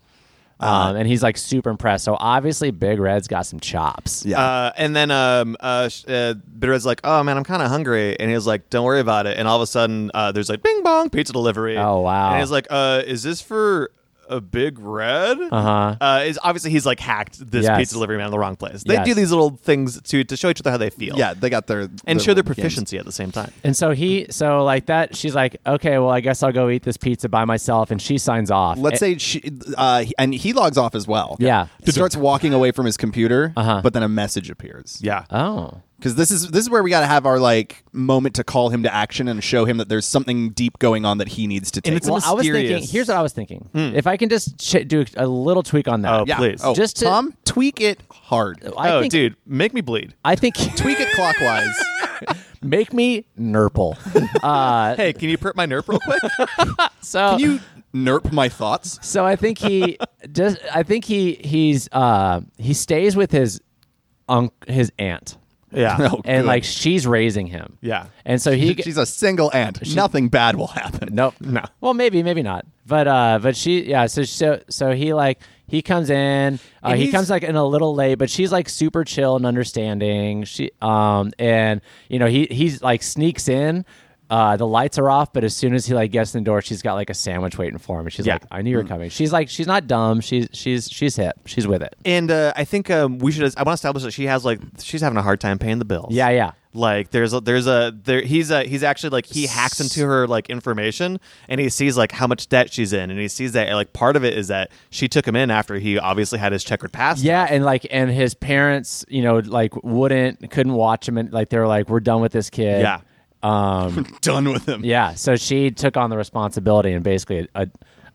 S3: um and he's like super impressed so obviously big red's got some chops
S2: Yeah.
S1: Uh, and then um, uh, sh- uh, Bitterhead's like, "Oh man, I'm kind of hungry," and he was like, "Don't worry about it." And all of a sudden, uh, there's like, "Bing bong, pizza delivery."
S3: Oh, wow.
S1: And he's like, uh, "Is this for a big red?" Uh-huh. Uh Is obviously he's like hacked this
S3: Yes.
S1: pizza delivery man in the wrong place. They
S3: Yes.
S1: do these little things to to show each other how they feel.
S2: Yeah, they got their
S1: And show their
S2: little games.
S1: proficiency at the same time.
S3: And so he,
S2: Mm.
S3: so like that, she's like, okay, well, I guess I'll go eat this pizza by myself. And she signs off.
S2: Let's
S3: A-
S2: say she, uh, he- and he logs off as well.
S3: Yeah.
S2: starts walking away from his computer,
S3: Uh-huh.
S2: but then a message appears.
S1: Yeah.
S3: oh,
S2: because this is this is where we got to have our like moment to call him to action and show him that there's something deep going on that he needs to take.
S1: And it's a
S3: well, I was thinking,
S1: mysterious-
S3: here's what I was thinking. If I can just ch- do a little tweak on that.
S1: Oh,
S2: yeah.
S1: please.
S2: Mm. Oh,
S3: Just to-
S2: Tom, tweak it hard.
S3: I
S1: oh,
S3: think,
S1: dude, make me bleed.
S3: I think
S2: tweak it clockwise.
S3: make me nurple. Uh,
S1: Hey, can you perp my nerf real quick?
S3: so
S2: Can you nerp my thoughts?
S3: so I think he just I think he he's uh, he stays with his unc his aunt
S1: yeah.
S2: No.
S3: and
S2: Oh, Good.
S3: like she's raising him.
S1: Yeah.
S3: And so he
S2: She's a single aunt. Nothing bad will happen.
S3: Nope.
S1: No.
S3: Well, maybe, maybe not. But uh, but she, yeah. So so so he like he comes in. Uh, he
S2: he's-
S3: comes like in a little late, but she's like super chill and understanding. She um and you know he he's like sneaks in. Uh, the lights are off, but as soon as he like gets in the door, she's got like a sandwich waiting for him, and she's
S1: Yeah. Mm.
S3: like, "I knew you were coming." She's like, she's not dumb. She's she's she's hip. She's with it.
S1: And uh, I think um, we should. I want to establish that she has like she's having a hard time paying the bills.
S3: Yeah, yeah.
S1: Like there's a, there's a there he's a he's actually like he hacks into her like information and he sees like how much debt she's in and he sees that like part of it is that she took him in after he obviously had his checkered past.
S3: Yeah, and like, and his parents, you know, like wouldn't couldn't watch him, and like they were like, "We're done with this kid."
S1: Yeah.
S3: Um,
S2: Done with him.
S3: Yeah, so she took on the responsibility and basically, uh,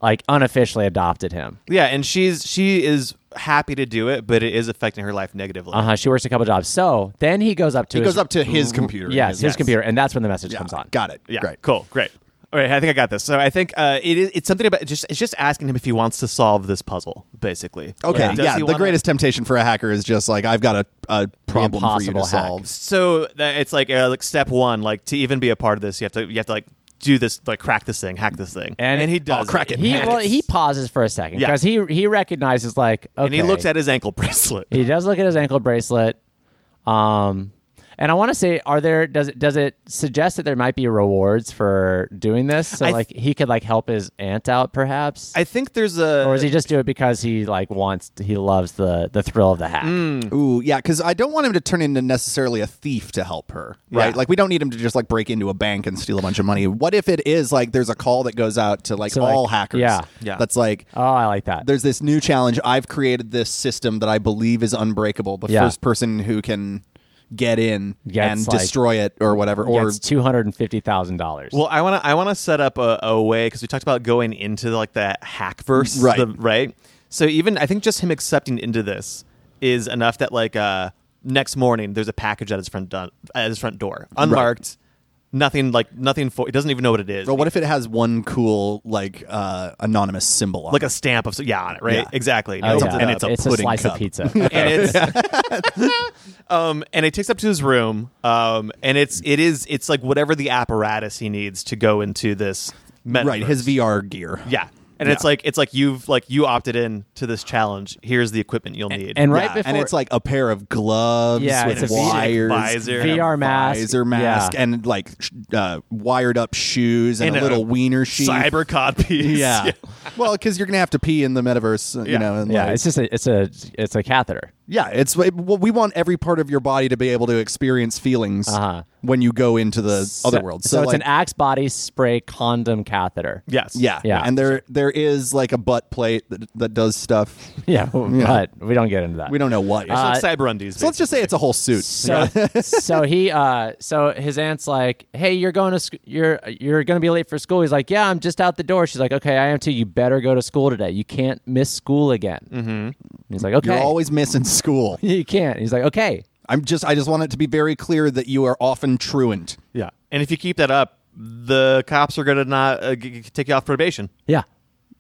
S3: like, unofficially adopted him.
S1: yeah, and she's she is happy to do it, but it is affecting her life negatively.
S2: Uh-huh.
S3: Uh huh. She works a couple jobs. So then he goes up to
S2: He
S3: his,
S2: goes up to his computer.
S3: yes,
S2: His-
S3: his computer, and that's when the message
S2: Yeah.
S3: comes on.
S2: Got it.
S1: Yeah,
S2: Great.
S1: cool, great. All right, I think I got this. So I think uh, it is it's something about just it's just asking him if he wants to solve this puzzle, basically.
S2: Okay.
S1: Like,
S2: Yeah.
S1: does he
S2: the
S1: wanna-
S2: greatest temptation for a hacker is just like I've got a, a problem for you to
S3: impossible hack.
S2: solve.
S1: so that it's like uh, like step one like to even be a part of this you have to you have to like do this like crack this thing hack this thing
S3: And-
S1: he does
S2: Oh, crack it.
S3: He
S2: Yes.
S3: well, he pauses for a second
S1: Yeah.
S3: because he he recognizes like okay,
S1: and he looks at his ankle bracelet
S3: he does look at his ankle bracelet, um, And I want to say, are there does it does it suggest that there might be rewards for doing this? So
S1: I th-
S3: like he could like help his aunt out, perhaps,
S1: I think there's a.
S3: or does he just do it because he like wants he loves the the thrill of the hack?
S2: Ooh, yeah, because I don't want him to turn into necessarily a thief to help her, right?
S3: Yeah.
S2: Like, we don't need him to just like break into a bank and steal a bunch of money. What if it is like there's a call that goes out to like
S3: So, like,
S2: all hackers?
S3: yeah.
S1: Yeah.
S2: That's like
S3: Oh, I like that.
S2: there's this new challenge. I've created this system that I believe is unbreakable. The
S3: Yeah.
S2: first person who can get in
S3: Gets,
S2: and
S3: like-
S2: destroy it or whatever, or
S3: Gets two hundred and fifty thousand dollars.
S1: Well, I want to I want to set up a, a way because we talked about going into like the hack verse,
S2: Right.
S1: the- right. So even I think just him accepting into this is enough that like uh, next morning there's a package at his front do- at his front door, unmarked, nothing like nothing for. He doesn't even know what it is.
S2: But what if it has one cool like uh, anonymous symbol on
S1: like
S2: it?
S1: a stamp of yeah on it, right?
S2: Yeah.
S1: Exactly.
S3: Oh,
S1: Opens
S3: yeah.
S1: it
S2: And
S1: up.
S2: it's a
S3: it's a
S2: pudding
S3: slice
S2: cup.
S3: of pizza.
S1: and it's um and it takes up to his room um and it's it is it's like whatever the apparatus he needs to go into this metaverse.
S2: right his VR gear?
S1: yeah and it's
S2: Yeah.
S1: like it's like you've like you opted in to this challenge here's the equipment you'll need
S3: and right
S2: Yeah,
S3: before
S2: and it's like a pair of gloves
S3: Yeah,
S2: with
S3: it's a V-
S2: wires,
S1: visor.
S2: and a
S3: VR mask.
S2: visor mask,
S3: Yeah.
S2: and like sh- uh, wired up shoes and,
S1: And
S2: a
S1: a
S2: little wiener sheath.
S1: cyber codpiece
S2: yeah. well, because you're gonna have to pee in the metaverse, uh, you
S1: Yeah.
S2: know. And
S3: yeah,
S2: like-
S3: it's just a it's a it's a catheter.
S2: yeah, it's it, well, we want every part of your body to be able to experience feelings
S3: Uh-huh.
S2: when you go into the other
S3: So-
S2: world.
S3: So, it's
S2: like,
S3: an axe body spray condom catheter.
S1: yes
S2: yeah,
S3: Yeah.
S2: and there there is like a butt plate that, that does stuff.
S3: Yeah, but we don't get into that.
S2: We don't know what.
S1: it's
S2: Uh, so,
S3: Uh,
S1: like cyber undies
S2: let's just say it's a whole suit.
S3: So, so he, uh, so his aunt's like, "Hey, you're going to sc- you're you're going to be late for school." He's like, "Yeah, I'm just out the door." She's like, "Okay, I am too. You better go to school today. You can't miss school again." Mm-hmm. He's like, "Okay,
S2: You're always missing school.
S3: you can't." He's like, "Okay,
S2: I'm just I just want it to be very clear that you are often truant.
S1: yeah and if you keep that up the cops are gonna not uh, g- g- take you off probation
S3: yeah,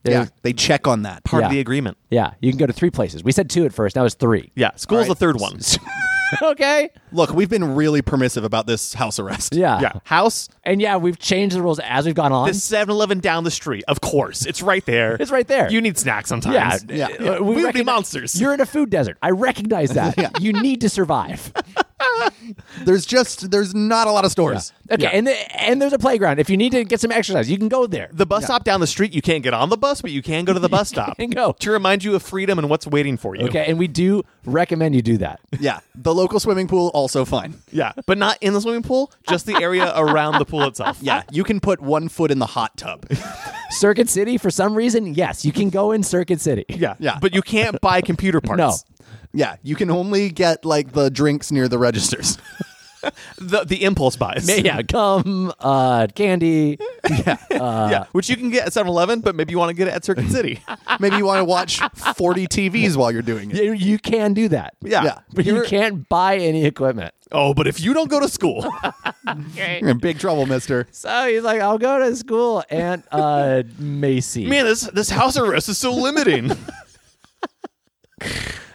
S2: Yeah, they check on that.
S1: part of
S3: Yeah.
S1: the agreement
S3: yeah." You can go to three places. We said two at first. Now it's three.
S1: yeah school's
S2: All
S1: the
S2: right.
S1: third one
S3: okay.
S2: Look, we've been really permissive about this house arrest.
S3: Yeah.
S1: yeah house
S3: And yeah, we've changed the rules as we've gone on.
S1: the 7-Eleven down the street. Of course, it's right there.
S3: It's right there.
S1: You need snacks
S3: yeah,
S1: sometimes.
S2: Yeah.
S3: Uh,
S1: we would be
S3: recognize-
S1: monsters.
S3: You're in a food desert. I recognize that. You need to survive.
S2: There's just there's not a lot of stores.
S3: Okay, and the, and there's a playground. If you need to get some exercise, you can go there.
S1: the bus stop down the street. You can't get on the bus, but you can go to the bus stop
S3: can go.
S1: to remind you of freedom and what's waiting for you.
S3: Okay, and we do recommend you do that.
S2: Yeah. The local swimming pool also fine.
S1: Yeah, but not in the swimming pool, just the area around the pool itself.
S2: Yeah, you can put one foot in the hot tub.
S3: Circuit City, for some reason, yes, you can go in Circuit City.
S1: yeah,
S2: Yeah.
S1: But you can't buy computer parts.
S3: No.
S2: yeah, you can only get like the drinks near the registers.
S1: the the impulse buys.
S3: Yeah, gum, uh, candy.
S1: yeah, which you can get at 7-Eleven, but maybe you want to get it at Circuit City.
S2: Maybe you want to watch 40 TVs while you're doing it.
S3: You- You can do that.
S1: Yeah,
S2: Yeah.
S3: But you can't buy any equipment.
S1: Oh, but if you don't go to school,
S2: You're in big trouble, mister.
S3: So he's like, I'll go to school, Aunt uh, Macy.
S1: man, this this house arrest is so limiting.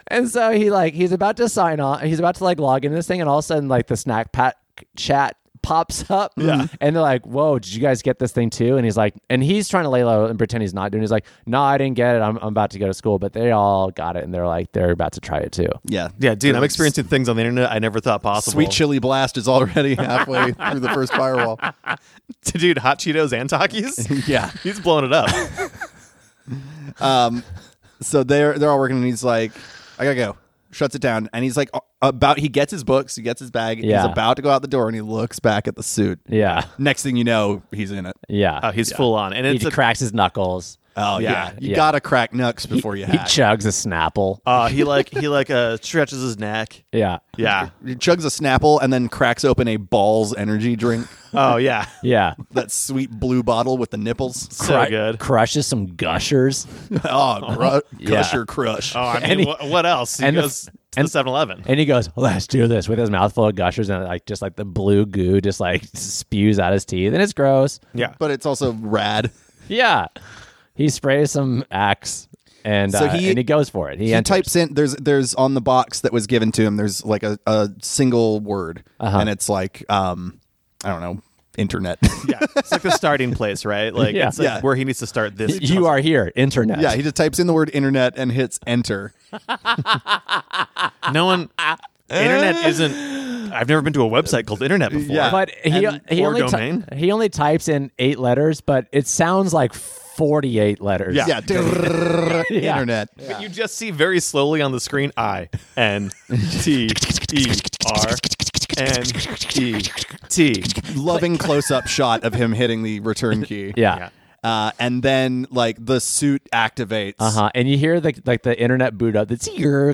S3: And so he like he's about to sign on. He's about to like log in this thing, and all of a sudden like the snack pat chat pops up.
S1: Yeah.
S3: And they're like, "Whoa, did you guys get this thing too?" And he's like, and he's trying to lay low and pretend he's not doing. it. He's like, "No, I didn't get it. I'm, I'm about to go to school." But they all got it, and they're like, they're about to try it too.
S2: Yeah.
S1: yeah, dude, I'm experiencing things on the internet I never thought possible.
S2: Sweet Chili Blast is already halfway through the first firewall.
S1: dude, hot Cheetos and Takis.
S2: Yeah.
S1: He's blown it up.
S2: Um, so they're they're all working, and he's like, "I gotta go." Shuts it down, and he's like, uh, about he gets his books, he gets his bag,
S3: Yeah.
S2: he's about to go out the door, and he looks back at the suit.
S3: Yeah,
S2: Next thing you know, he's in it.
S3: yeah.
S1: Oh, he's full on, and
S3: he
S1: it's a,
S3: cracks his knuckles.
S2: Oh
S1: Yeah,
S2: yeah, you
S3: yeah.
S2: gotta crack nucks before you
S3: he
S1: Ah.
S2: hack.
S3: chugs a Snapple.
S1: uh, he like he like uh stretches his neck.
S3: yeah,
S1: Yeah.
S2: he chugs a Snapple and then cracks open a Balls energy drink,
S1: Oh yeah.
S3: yeah.
S2: that sweet blue bottle with the nipples.
S1: So
S3: Cru-
S1: good.
S3: Crushes some gushers.
S2: oh, cru-
S3: Yeah.
S2: crush your crush.
S1: Oh, I mean,
S3: And he-
S1: wha- what else? He
S3: and the-
S1: goes to the 7-Eleven.
S3: And he goes, "Let's do this" with his mouth full of gushers and like just like the blue goo just like spews out his teeth, and it's gross.
S1: Yeah.
S2: But it's also rad.
S3: Yeah, he sprays some axe, and
S2: So
S3: uh,
S2: he-
S3: and he goes for it. He,
S2: He
S3: enters.
S2: types in there's there's on the box that was given to him. There's like a, a single word, and it's like um, I don't know, internet.
S1: yeah. It's like the starting place, right? Like
S3: Yeah.
S1: it's like
S2: Yeah.
S1: where he needs to start this.
S3: You are here, internet.
S2: yeah, he just types in the word internet and hits enter.
S1: no one internet isn't I've never been to a website called internet before.
S2: Yeah.
S3: But he
S2: And-
S3: he
S1: or
S3: only ty-
S1: domain.
S3: he only types in eight letters, but it sounds like forty eight letters.
S1: Yeah.
S2: yeah,
S3: Yeah.
S2: internet.
S1: But you just see very slowly on the screen I N T E R N E T.
S2: Loving close-up shot of him hitting the return key.
S3: yeah.
S1: Yeah.
S2: Uh, and then like the suit activates.
S3: Uh huh. And you hear the like the internet boot up. That's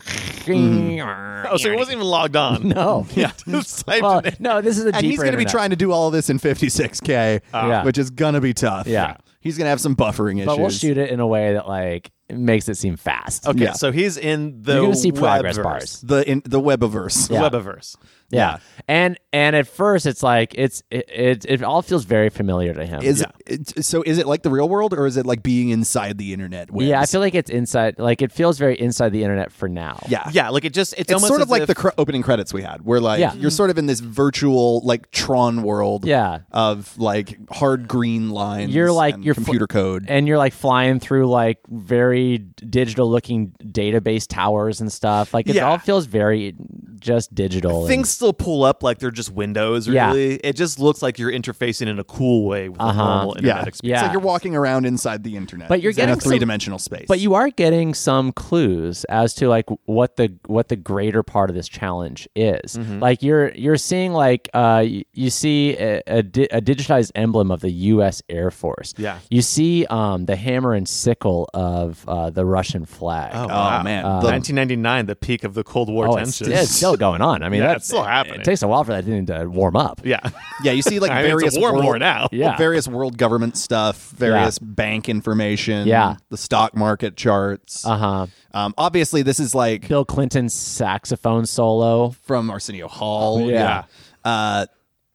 S2: Mm-hmm.
S1: Oh, so he wasn't even logged on.
S3: No.
S1: Yeah. Just typed
S3: Well,
S1: it in.
S3: no, this is a
S2: And he's going to be trying to do all this in 56k,
S3: Yeah.
S2: which is going to be tough.
S3: Yeah.
S2: He's going to have some buffering issues.
S3: but we'll shoot it in a way that like makes it seem fast.
S1: Okay,
S2: Yeah.
S1: so he's in the
S3: You're gonna see
S1: webverse.
S3: progress bars.
S2: the in, the webiverse.
S1: The
S3: Yeah.
S1: webiverse.
S3: Yeah. And and at first it's like it's it it, it all feels very familiar to him.
S2: Is it, so? Is it like the real world, or is it like being inside the internet? webs?
S3: yeah, I feel like it's inside like it feels very inside the internet for now.
S2: yeah,
S1: Yeah, like it just it's,
S2: It's
S1: almost
S2: sort
S1: as
S2: of like
S1: if-
S2: the cr- opening credits we had, where like
S3: Yeah.
S2: you're sort of in this virtual like Tron world,
S3: Yeah.
S2: of like hard green lines.
S3: You're like-
S2: and
S3: you're fl-
S2: computer code.
S3: And you're like flying through like very digital looking database towers and stuff. Like it
S1: Yeah.
S3: all feels very just digital. and-
S1: things still pull up like they're just windows
S3: Yeah.
S1: really it just looks like you're interfacing in a cool way with a normal internet
S2: yeah,
S1: experience
S2: It's
S3: Yeah.
S2: like you're walking around inside the internet,
S3: But you're
S2: in a
S3: getting some-
S2: three dimensional space.
S3: but you are getting some clues as to like what the what the greater part of this challenge is like you're you're seeing like uh you, you see a, a, di- a digitized emblem of the US Air Force
S1: Yeah.
S3: you see um the hammer and sickle of uh, the Russian flag
S1: oh,
S2: wow.
S1: wow.
S2: man. Um,
S1: 1999 the peak of the cold war
S3: Oh, it's,
S1: tensions
S3: it's still going on I mean
S1: Yeah,
S3: that's
S1: it's still happening.
S3: it takes a while for that thing to warm up
S1: yeah
S2: yeah, you see like
S1: I mean,
S2: various
S1: it's a war
S2: world,
S1: war now
S3: Yeah.
S2: various world government stuff, various bank information,
S3: Yeah.
S2: the stock market charts.
S3: uh huh
S2: Um, obviously, this is like
S3: Bill Clinton's saxophone solo
S2: from Arsenio Hall.
S3: Oh, Yeah.
S2: Uh,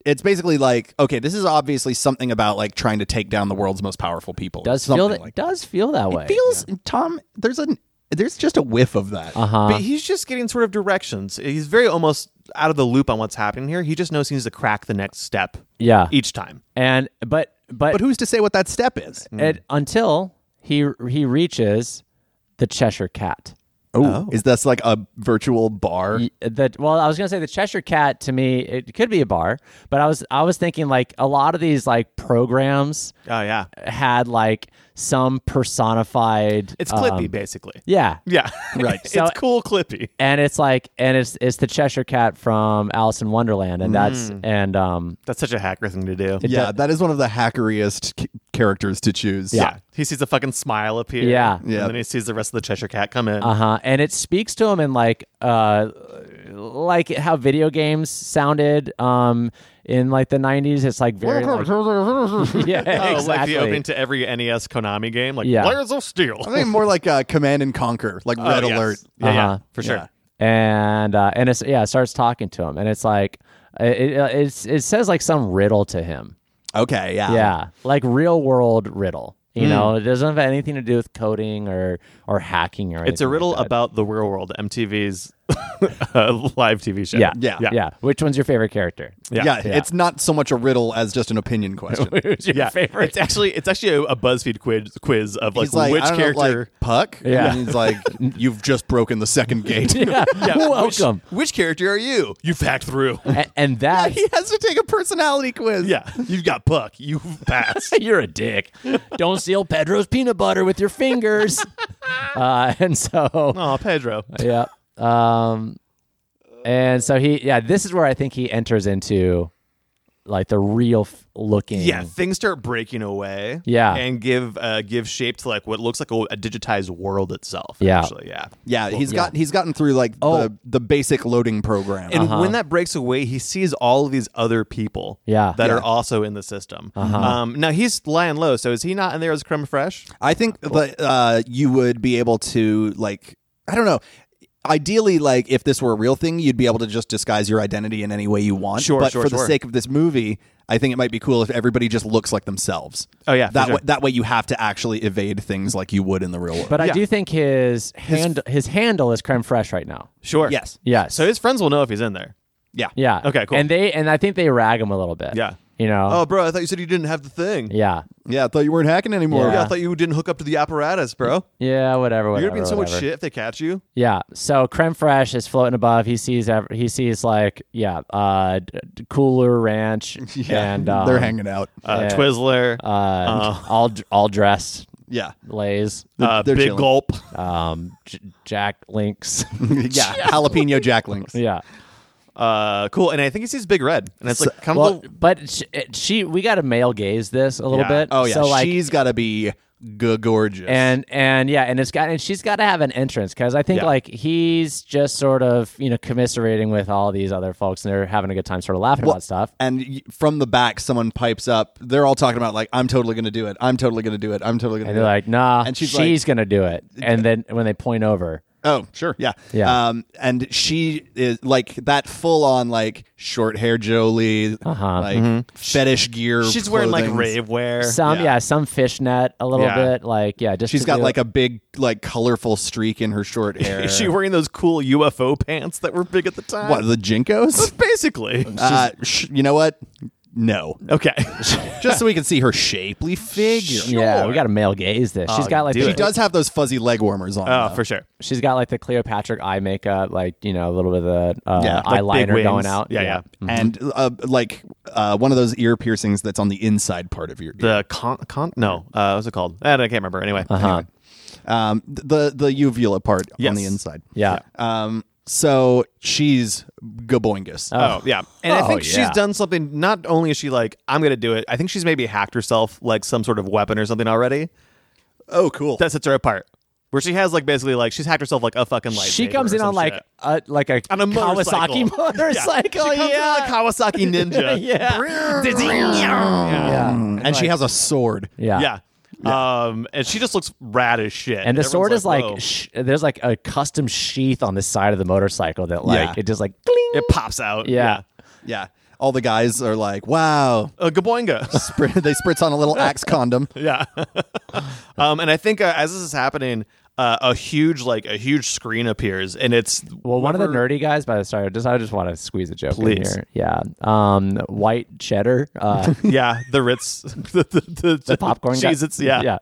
S2: it's basically like okay, this is obviously something about like trying to take down the world's most powerful people.
S3: does
S2: something
S3: feel that
S2: like
S3: does feel that way
S2: It feels Tom. There's an there's just a whiff of that.
S3: uh huh
S1: but he's just getting sort of directions he's very almost out of the loop on what's happening here he just knows he needs to crack the next step
S3: yeah
S1: each time
S3: and but but
S2: But who's to say what that step is?
S1: Mm.
S3: it, until he he reaches the Cheshire Cat.
S2: Oh, is this like a virtual bar?
S3: Y- The, well, I was gonna say the Cheshire Cat to me it could be a bar, but I was I was thinking like a lot of these like programs
S1: oh yeah
S3: had like some personified.
S1: it's
S3: um,
S1: clippy basically
S3: yeah,
S1: yeah
S2: Right.
S1: it's
S3: So-
S1: cool clippy
S3: and it's like and it's it's the Cheshire Cat from Alice in Wonderland,
S1: Mm.
S3: and that's and um
S1: that's such a hacker thing to do
S2: yeah, that is one of the hackeriest c- characters to choose.
S1: yeah he sees a fucking smile appear
S3: Yeah.
S1: and
S2: Yeah.
S1: then he sees the rest of the cheshire cat come in
S3: Uh huh. And it speaks to him in like, uh, like how video games sounded, um, in like the nineties. It's like very, like, yeah,
S1: Oh,
S3: exactly.
S1: like the opening to every NES Konami game, like
S3: Yeah.
S1: Players of Steel.
S2: I think more like uh, Command and Conquer, like Red
S1: Oh, yes.
S2: Alert.
S1: Yeah, yeah,
S3: Uh-huh.
S1: for sure.
S2: Yeah.
S3: and uh, and it's yeah, it starts talking to him, and it's like, it, it it's it says like some riddle to him,
S2: Okay, yeah,
S3: yeah, like real world riddle.
S1: Hmm.
S3: You know, it doesn't have anything to do with coding or or hacking or.
S1: It's a
S3: anything like
S1: riddle
S3: that.
S1: about the real world, MTV's uh, live TV show.
S3: Yeah.
S2: Yeah.
S3: yeah. Which one's your favorite character?
S2: Yeah,
S1: Yeah.
S2: It's not so much a riddle as just an opinion question.
S3: Who's your
S1: Yeah.
S3: favorite?
S1: It's actually it's actually a, a BuzzFeed quiz quiz of like,
S2: he's like,
S1: which
S2: I don't know,
S1: character
S2: like Puck.
S3: Yeah.
S2: and he's like, you've just broken the second gate.
S3: yeah. Welcome.
S1: Which, which character are you? You've hacked through.
S3: A- and that
S2: he has to take a personality quiz.
S1: yeah. You've got Puck. You've passed.
S3: you're a dick. Don't steal Pedro's peanut butter with your fingers. uh, and so,
S1: oh, Pedro.
S3: yeah. Um, and so he, yeah, this is where I think he enters into like the real f- looking.
S1: Yeah, things start breaking away.
S3: Mm. Yeah.
S1: And give uh, give shape to like what looks like a, a digitized world itself.
S3: Yeah.
S1: Actually. Yeah. Oh.
S2: Yeah, he's got he's gotten through like the, the basic loading program.
S1: And
S3: Uh-huh.
S1: when that breaks away, he sees all of these other people
S3: Yeah. Uh-huh.
S1: that
S2: Yeah.
S1: are also in the system. Um, now he's lying low, so is he not in there as creme fraiche?
S2: I think
S1: Oh.
S2: that uh, you would be able to like I don't know. Ideally, like if this were a real thing, you'd be able to just disguise your identity in any way you want.
S1: Sure,
S2: but
S1: sure,
S2: for the
S1: sure.
S2: sake of this movie, I think it might be cool if everybody just looks like themselves.
S1: Oh, yeah, for
S2: that
S1: sure.
S2: way, that way you have to actually evade things like you would in the real world.
S3: But I
S1: Yeah.
S3: do think his hand, his handle is creme fraiche right now.
S1: Sure.
S2: yes,
S3: Yes.
S1: So his friends will know if he's in there.
S2: yeah,
S3: yeah.
S1: Okay, cool.
S3: And they, and I think they rag him a little bit.
S1: Yeah.
S3: You know.
S1: Oh, bro, I thought you said you didn't have the thing.
S3: Uh-huh. Yeah.
S2: Yeah, I thought you weren't hacking anymore.
S1: Yeah,
S3: Yeah.
S1: I thought you didn't hook up to the apparatus, bro.
S3: Yeah. Whatever.
S1: You're
S3: Whatever.
S1: gonna be in so much
S3: whatever.
S1: shit if they catch you.
S3: Yeah. So creme fraiche is floating above. He sees. Ev- he sees like yeah. Uh, d- d- cooler ranch and um,
S2: They're hanging out.
S1: Uh,
S3: Yeah.
S1: Twizzler,
S3: Uh, all d- all dressed
S2: yeah.
S3: lays.
S1: uh,
S2: they're
S1: Big
S2: chilling.
S1: Gulp,
S3: Um, j- Jack links.
S2: yeah. Jalapeno jacklings.
S3: yeah.
S1: uh, cool. And I think he sees Big Red, and it's like, come
S3: Well,
S1: to-
S3: but she, she we got to male gaze this a little
S1: Yeah.
S3: bit.
S2: Oh yeah,
S3: So like,
S2: she's got to be g- gorgeous.
S3: and and yeah, and it's got and she's got to have an entrance because I think
S1: Yeah.
S3: like he's just sort of you know commiserating with all these other folks and they're having a good time, sort of laughing
S2: Well,
S3: about stuff.
S2: and y- from the back, someone pipes up. They're all talking about like, "I'm totally gonna do it. I'm totally gonna do it. I'm totally gonna."
S3: And
S2: do
S3: they're like, nah,
S2: And
S3: and
S2: she's
S3: she's,
S2: like-
S3: gonna do it. And then when they point over,
S2: it. "Oh, sure, yeah,
S3: Yeah.
S2: Um, and she is like that full on like short hair Jolie,
S3: Uh-huh.
S2: like fetish gear.
S1: she's wearing like
S2: clothings.
S1: rave wear.
S3: some
S2: yeah.
S3: yeah, some fishnet a little
S1: Yeah.
S3: bit, like yeah, just
S2: She's
S3: to
S2: got
S3: do-
S2: like a big like colorful streak in her short hair.
S1: Is she wearing those cool UFO pants that were big at the time?
S2: what the jinkos?
S1: Basically,
S2: uh, sh- you know what? No,
S1: okay.
S2: just so we can see her shapely figure.
S3: yeah, we got to male gaze this. she's got like
S1: Oh, do
S3: the-
S1: it.
S2: She does have those fuzzy leg warmers on.
S1: oh,
S2: though.
S1: for sure.
S3: she's got like the Cleopatra eye makeup, like you know a little bit of the uh,
S2: Yeah, like
S1: big
S3: eyeliner
S1: wings.
S3: going out.
S1: Yeah, yeah.
S2: and
S1: Mm-hmm.
S2: uh, like uh, one of those ear piercings that's on the inside part of your ear.
S1: The con, con no, uh, what's it called? I don't- I can't remember. Anyway,
S3: Uh-huh.
S2: um, th- the the uvula part on
S1: Yes.
S2: the inside.
S3: Yeah.
S2: Um, so she's gaboingus.
S1: Oh yeah, and I
S3: Oh,
S1: think she's
S3: yeah.
S1: done something. Not only is she like, I'm gonna do it. I think she's maybe hacked herself like some sort of weapon or something already.
S2: oh, cool.
S1: That sets her apart. Where she has like basically like she's hacked herself like a fucking lightsaber.
S3: She comes
S1: or
S3: in
S1: some
S3: on like
S1: shit.
S3: a like a,
S1: on a
S3: Kawasaki
S1: motorcycle.
S3: motorcycle.
S1: Yeah. She comes
S3: yeah.
S1: in like Kawasaki Ninja.
S3: yeah.
S1: yeah.
S3: yeah.
S2: Mm. and she has a sword.
S3: Yeah.
S1: Yeah. Um, and she just looks rad as shit.
S3: And the
S1: Everyone's
S3: sword is
S1: whoa.
S3: like sh- there's like a custom sheath on the side of the motorcycle that like
S2: Yeah.
S3: it just like gling.
S1: it pops out.
S3: Yeah.
S2: Yeah. All the guys are like, "Wow!"
S1: A Uh, gaboinga.
S2: Spr- they spritz on a little axe condom.
S1: yeah. um, and I think uh, as this is happening, uh, a huge like a huge screen appears, and it's
S3: Well, one of the
S1: whoever-
S3: nerdy guys. By the sorry, I just I just want to squeeze a joke in
S1: Please.
S3: here. Yeah. Um, white cheddar. Uh,
S1: yeah the Ritz the the, the,
S3: the popcorn guy.
S1: cheese. It's yeah.
S3: Yeah.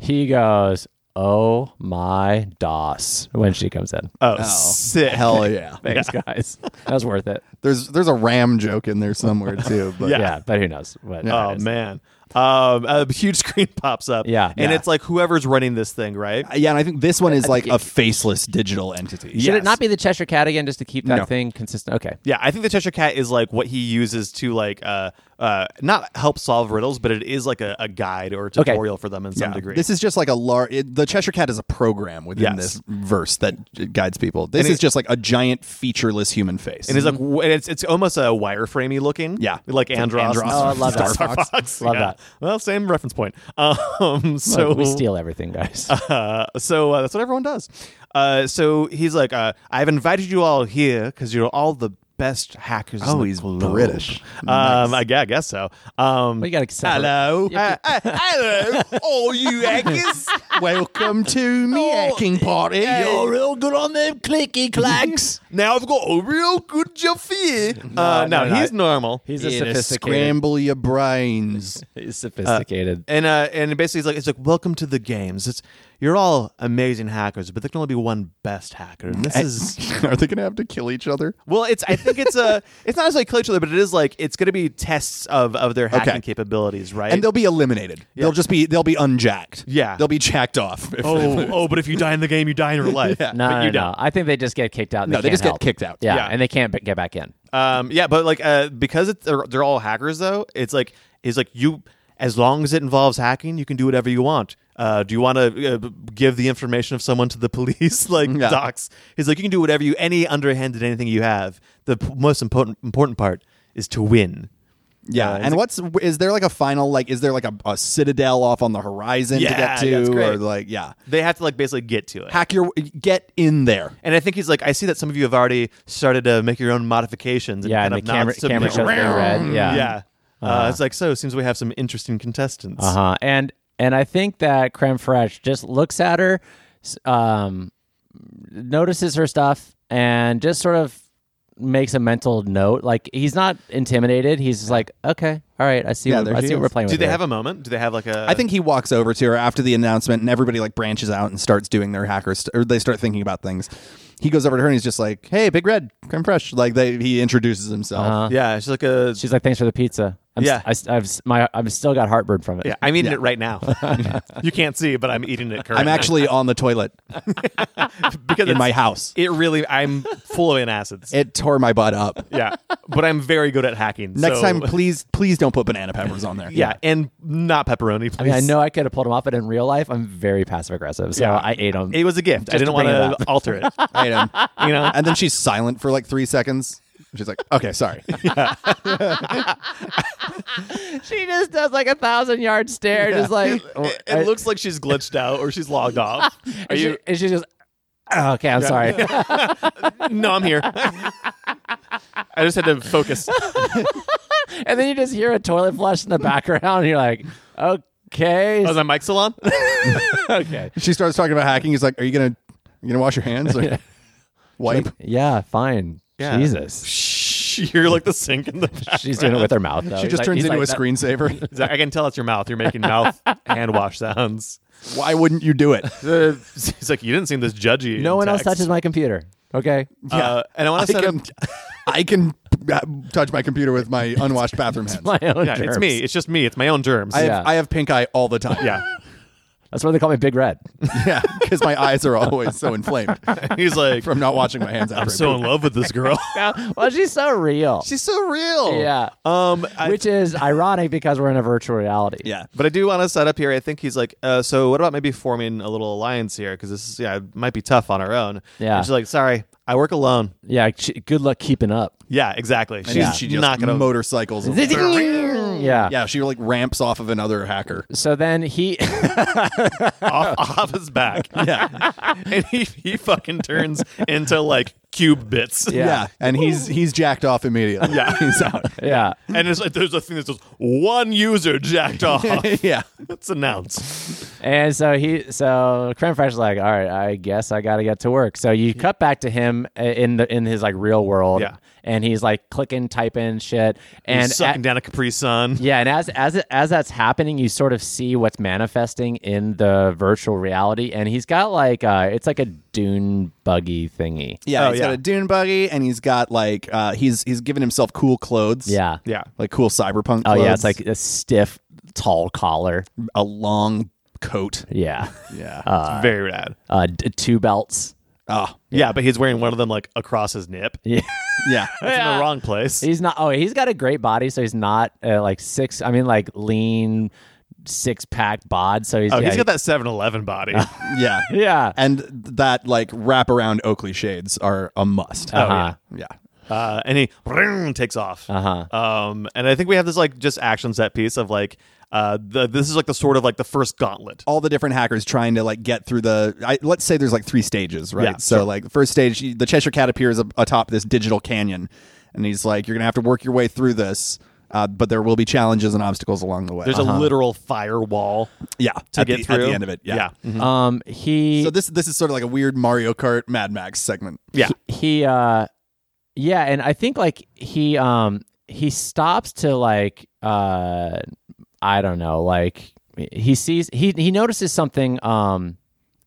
S3: He goes, "Oh my DOS" when she comes in.
S1: Oh, sick.
S2: Hell yeah.
S3: Thanks, guys. That was worth it.
S2: There's there's a ram joke in there somewhere too. But
S1: Yeah.
S3: Yeah, but who knows? What
S1: Oh
S3: that is.
S1: man. Um, a huge screen pops up.
S3: Yeah.
S1: and
S3: Yeah.
S1: it's like whoever's running this thing, right?
S2: yeah, and I think this one is like a faceless digital entity.
S3: Should
S1: Yes.
S3: it not be the Cheshire Cat again, just to keep that
S2: No.
S3: thing consistent? Okay.
S1: Yeah, I think the Cheshire Cat is like what he uses to like uh uh not help solve riddles, but it is like a, a guide or a
S3: Okay.
S1: tutorial for them in some degree.
S2: This is just like a large. The Cheshire Cat is a program within
S1: Yes.
S2: this verse that guides people. This
S1: And
S2: is
S1: it-
S2: just like a giant featureless human face.
S1: and it's like w- and it's it's almost a wireframey looking.
S2: Yeah.
S1: like
S2: It's like
S1: Andros.
S2: Andros.
S3: Oh, I love that.
S1: Star Fox.
S3: Love
S1: yeah.
S3: that.
S1: Well, same reference point. Um, so
S3: Look, we steal everything, guys.
S1: Uh, so uh, that's what everyone does. Uh, so he's like, uh, I've invited you all here because you're all the best hackers. in
S2: Oh,
S1: the
S2: he's
S1: globe."
S2: British.
S1: Um, I, yeah, I guess so. Um,
S3: We gotta accept it.
S1: hello,
S3: You have
S1: Uh, uh, hello, all you hackers.
S2: welcome to me
S1: Oh,
S2: hacking party.
S1: You're
S2: real good on them clicky clacks.
S1: Now I've got a real good job for you. uh, no,
S3: no, no.
S1: he's normal.
S3: He's a
S2: It'll
S3: sophisticated.
S2: scramble your brains.
S3: He's sophisticated.
S1: and uh, and basically, it's like it's like welcome to the games. It's you're all amazing hackers, but there can only be one best hacker. And this is
S2: Are they gonna have to kill each other?
S1: Well, it's I think it's a it's not as like kill each other, but it is like it's going to be tests of of their hacking
S2: Okay.
S1: capabilities, right?
S2: And they'll be eliminated. They'll just be they'll be unjacked.
S1: Yeah.
S2: they'll be jacked off. if they
S1: oh
S2: lose.
S1: oh, but if you die in the game, you die in real life. yeah.
S3: no,
S1: but
S3: no,
S1: you
S3: no,
S1: don't.
S3: I think they just get kicked out. and
S2: No, they
S3: can't
S2: just get
S3: help.
S2: kicked out.
S3: Yeah,
S1: Yeah.
S3: and they can't b- get back in.
S1: Um, yeah, but like uh, because it's, they're, they're all hackers though, it's like it's like you as long as it involves hacking, you can do whatever you want. Uh, do you want to uh, b- give the information of someone to the police, like
S2: Yeah.
S1: docs? He's like, you can do whatever you any underhanded anything you have. The p- most important important part is to win.
S2: Yeah,
S1: Uh,
S2: and what's is there like a final like is there like a, a citadel off on the horizon to
S1: Yeah,
S2: get to
S1: that's great.
S2: or like yeah
S1: They have to like basically get to it.
S2: hack your get in there
S1: And I think he's like, I see that some of you have already started to make your own modifications. And
S3: Yeah,
S1: kind
S3: and
S1: of
S3: the camera,
S1: not
S3: camera shows
S1: submit-
S3: they're red. Yeah, Uh-huh.
S1: Yeah. Uh, It's like, so it seems we have some interesting contestants.
S3: Uh huh. And and I think that creme fraiche just looks at her, s- um, notices her stuff, and just sort of makes a mental note. Like he's not intimidated. He's just like, okay, all right, I see.
S2: Yeah,
S3: what,
S2: there
S3: I
S2: she
S3: see what we're
S2: is.
S3: playing
S1: Do
S3: with.
S1: they
S3: here."
S1: have a moment? Do they have like a?
S2: I think he walks over to her after the announcement, and everybody like branches out and starts doing their hacker st- or they start thinking about things. He goes over to her and he's just like, "Hey, Big Red, come fresh." Like they, he introduces himself.
S1: Yeah, she's like a.
S3: She's like, thanks for the pizza. I'm
S1: Yeah.
S3: s- I, have my I've still got heartburn from it.
S1: yeah, I'm eating
S2: Yeah.
S1: it right now. you can't see, but I'm eating it currently.
S2: I'm actually on the toilet
S1: because
S2: in
S1: it's-
S2: my house.
S1: It really, I'm full of antacids.
S2: It tore my butt up.
S1: yeah, but I'm very good at hacking.
S2: Next
S1: so-
S2: time, please, please don't put banana peppers on there.
S1: Yeah, and not pepperoni, please.
S3: I mean, I know I could have pulled him off, but in real life, I'm very passive aggressive. So
S1: Yeah.
S3: I ate him.
S1: It was a gift. I
S3: Just
S1: didn't
S3: to
S1: want
S3: bring it
S1: to alter it.
S2: I know.
S1: You know,
S2: And then she's silent for like three seconds. She's like, "Okay, sorry."
S3: she just does like a thousand yard stare, just like
S1: it, it looks like she's glitched out or she's logged off. Are
S3: and
S1: you?
S3: She, and she's just "Oh, okay. I'm sorry.
S1: No, I'm here. I just had to focus.
S3: and then you just hear a toilet flush in the background, and you're like, okay,
S1: Was my mic still on?
S3: okay,
S2: she starts talking about hacking. He's like, "Are you gonna, you gonna wash your hands or wipe?"
S3: yeah, fine.
S1: Yeah.
S3: Jesus,
S1: Shh, You're like the sink in the back.
S3: she's doing it with her mouth. Though.
S2: She just turns into a screensaver.
S1: He's like, I can tell it's your mouth. You're making mouth hand wash sounds.
S2: Why wouldn't you do it?
S1: Uh, He's like, you didn't seem this judgy.
S3: No
S1: in
S3: one else
S1: text."
S3: touches my computer. Okay.
S1: Uh, and I
S2: I
S1: want to set up.
S2: can, I can uh, touch my computer with my unwashed bathroom hands.
S3: My own
S1: Yeah, it's
S3: germs.
S1: me. It's just me. It's my own germs.
S2: I, have,
S3: Yeah.
S2: I have pink eye all the time.
S1: yeah.
S3: That's why they call me Big Red.
S2: yeah, because my eyes are always so inflamed
S1: He's like,
S2: from not washing my hands. After
S1: I'm
S2: I
S1: so
S2: poop.
S1: in love with this girl.
S3: well, she's so real.
S1: She's so real.
S3: Yeah.
S1: Um. I-
S3: which is ironic because we're in a virtual reality.
S2: yeah.
S1: But I do want to set up here. I think he's like, uh, so what about maybe forming a little alliance here? Because this is, yeah, it might be tough on our own.
S3: Yeah.
S1: And she's like, sorry, I work alone.
S3: Yeah. ch- Good luck keeping up.
S1: Yeah, exactly. She's
S2: And then she just
S1: not going to.
S2: motorcycles. away.
S3: yeah.
S2: yeah, she like ramps off of another hacker.
S3: So then he,
S1: off, off his back.
S2: Yeah,
S1: and he, he fucking turns into like cube bits.
S3: Yeah.
S2: yeah, and he's he's jacked off immediately.
S1: Yeah.
S2: he's out.
S3: yeah.
S1: And it's like, there's a thing that says one user jacked off.
S2: yeah,
S1: That's announced.
S3: And so he, so Creme Fraiche is like, all right, I guess I got to get to work. So you cut back to him uh, in the in his like real world,
S1: Yeah.
S3: and he's like clicking, typing shit, and
S1: And sucking
S3: at-
S1: down a Capri Sun.
S3: yeah, and as as it- as that's happening, you sort of see what's manifesting in the virtual reality, and he's got like uh, it's like a dune buggy thingy.
S2: yeah.
S1: Oh,
S2: He's got
S1: yeah.
S2: a dune buggy, and he's got like uh, he's he's given himself cool clothes.
S3: Yeah.
S1: Yeah.
S2: like cool cyberpunk.
S3: Oh yeah,
S2: clothes,
S3: it's like a stiff, tall collar.
S2: a long coat.
S3: Yeah.
S2: Yeah.
S1: It's very rad.
S3: Uh, d- two belts.
S2: oh,
S1: Yeah. but he's wearing one of them like across his nip.
S3: Yeah.
S2: yeah.
S1: It's in the wrong place.
S3: He's not. Oh, he's got a great body, so he's not uh, like six. I mean, like lean, six pack bod. So he's
S1: Oh,
S3: yeah, Uh-huh.
S1: he's got that 7 Eleven body.
S2: Yeah.
S3: Yeah.
S2: And that like wraparound Oakley shades are a must.
S1: Oh,
S3: Uh-huh.
S2: yeah.
S1: uh, and he vroom, takes off.
S3: Uh-huh.
S1: Um, and I think we have this like just action set piece of like uh, the this is like the sort of like the first gauntlet.
S2: All the different hackers trying to like get through the. I, let's say there's like three stages, right?
S1: Yeah,
S2: so like the first stage, you- the Cheshire Cat appears a- atop this digital canyon, and he's like, "You're gonna have to work your way through this." Uh, but there will be challenges and obstacles along the way.
S1: There's
S3: Uh-huh.
S1: a literal firewall.
S2: yeah
S1: to
S2: at
S1: get
S2: the,
S1: through
S2: at the end of it. Yeah.
S1: mm-hmm.
S3: Um. He.
S2: So this this is sort of like a weird Mario Kart Mad Max segment.
S1: Yeah.
S3: he. Uh. Yeah, and I think like he. Um. He stops to like. Uh. I don't know. Like he sees. He he notices something. Um.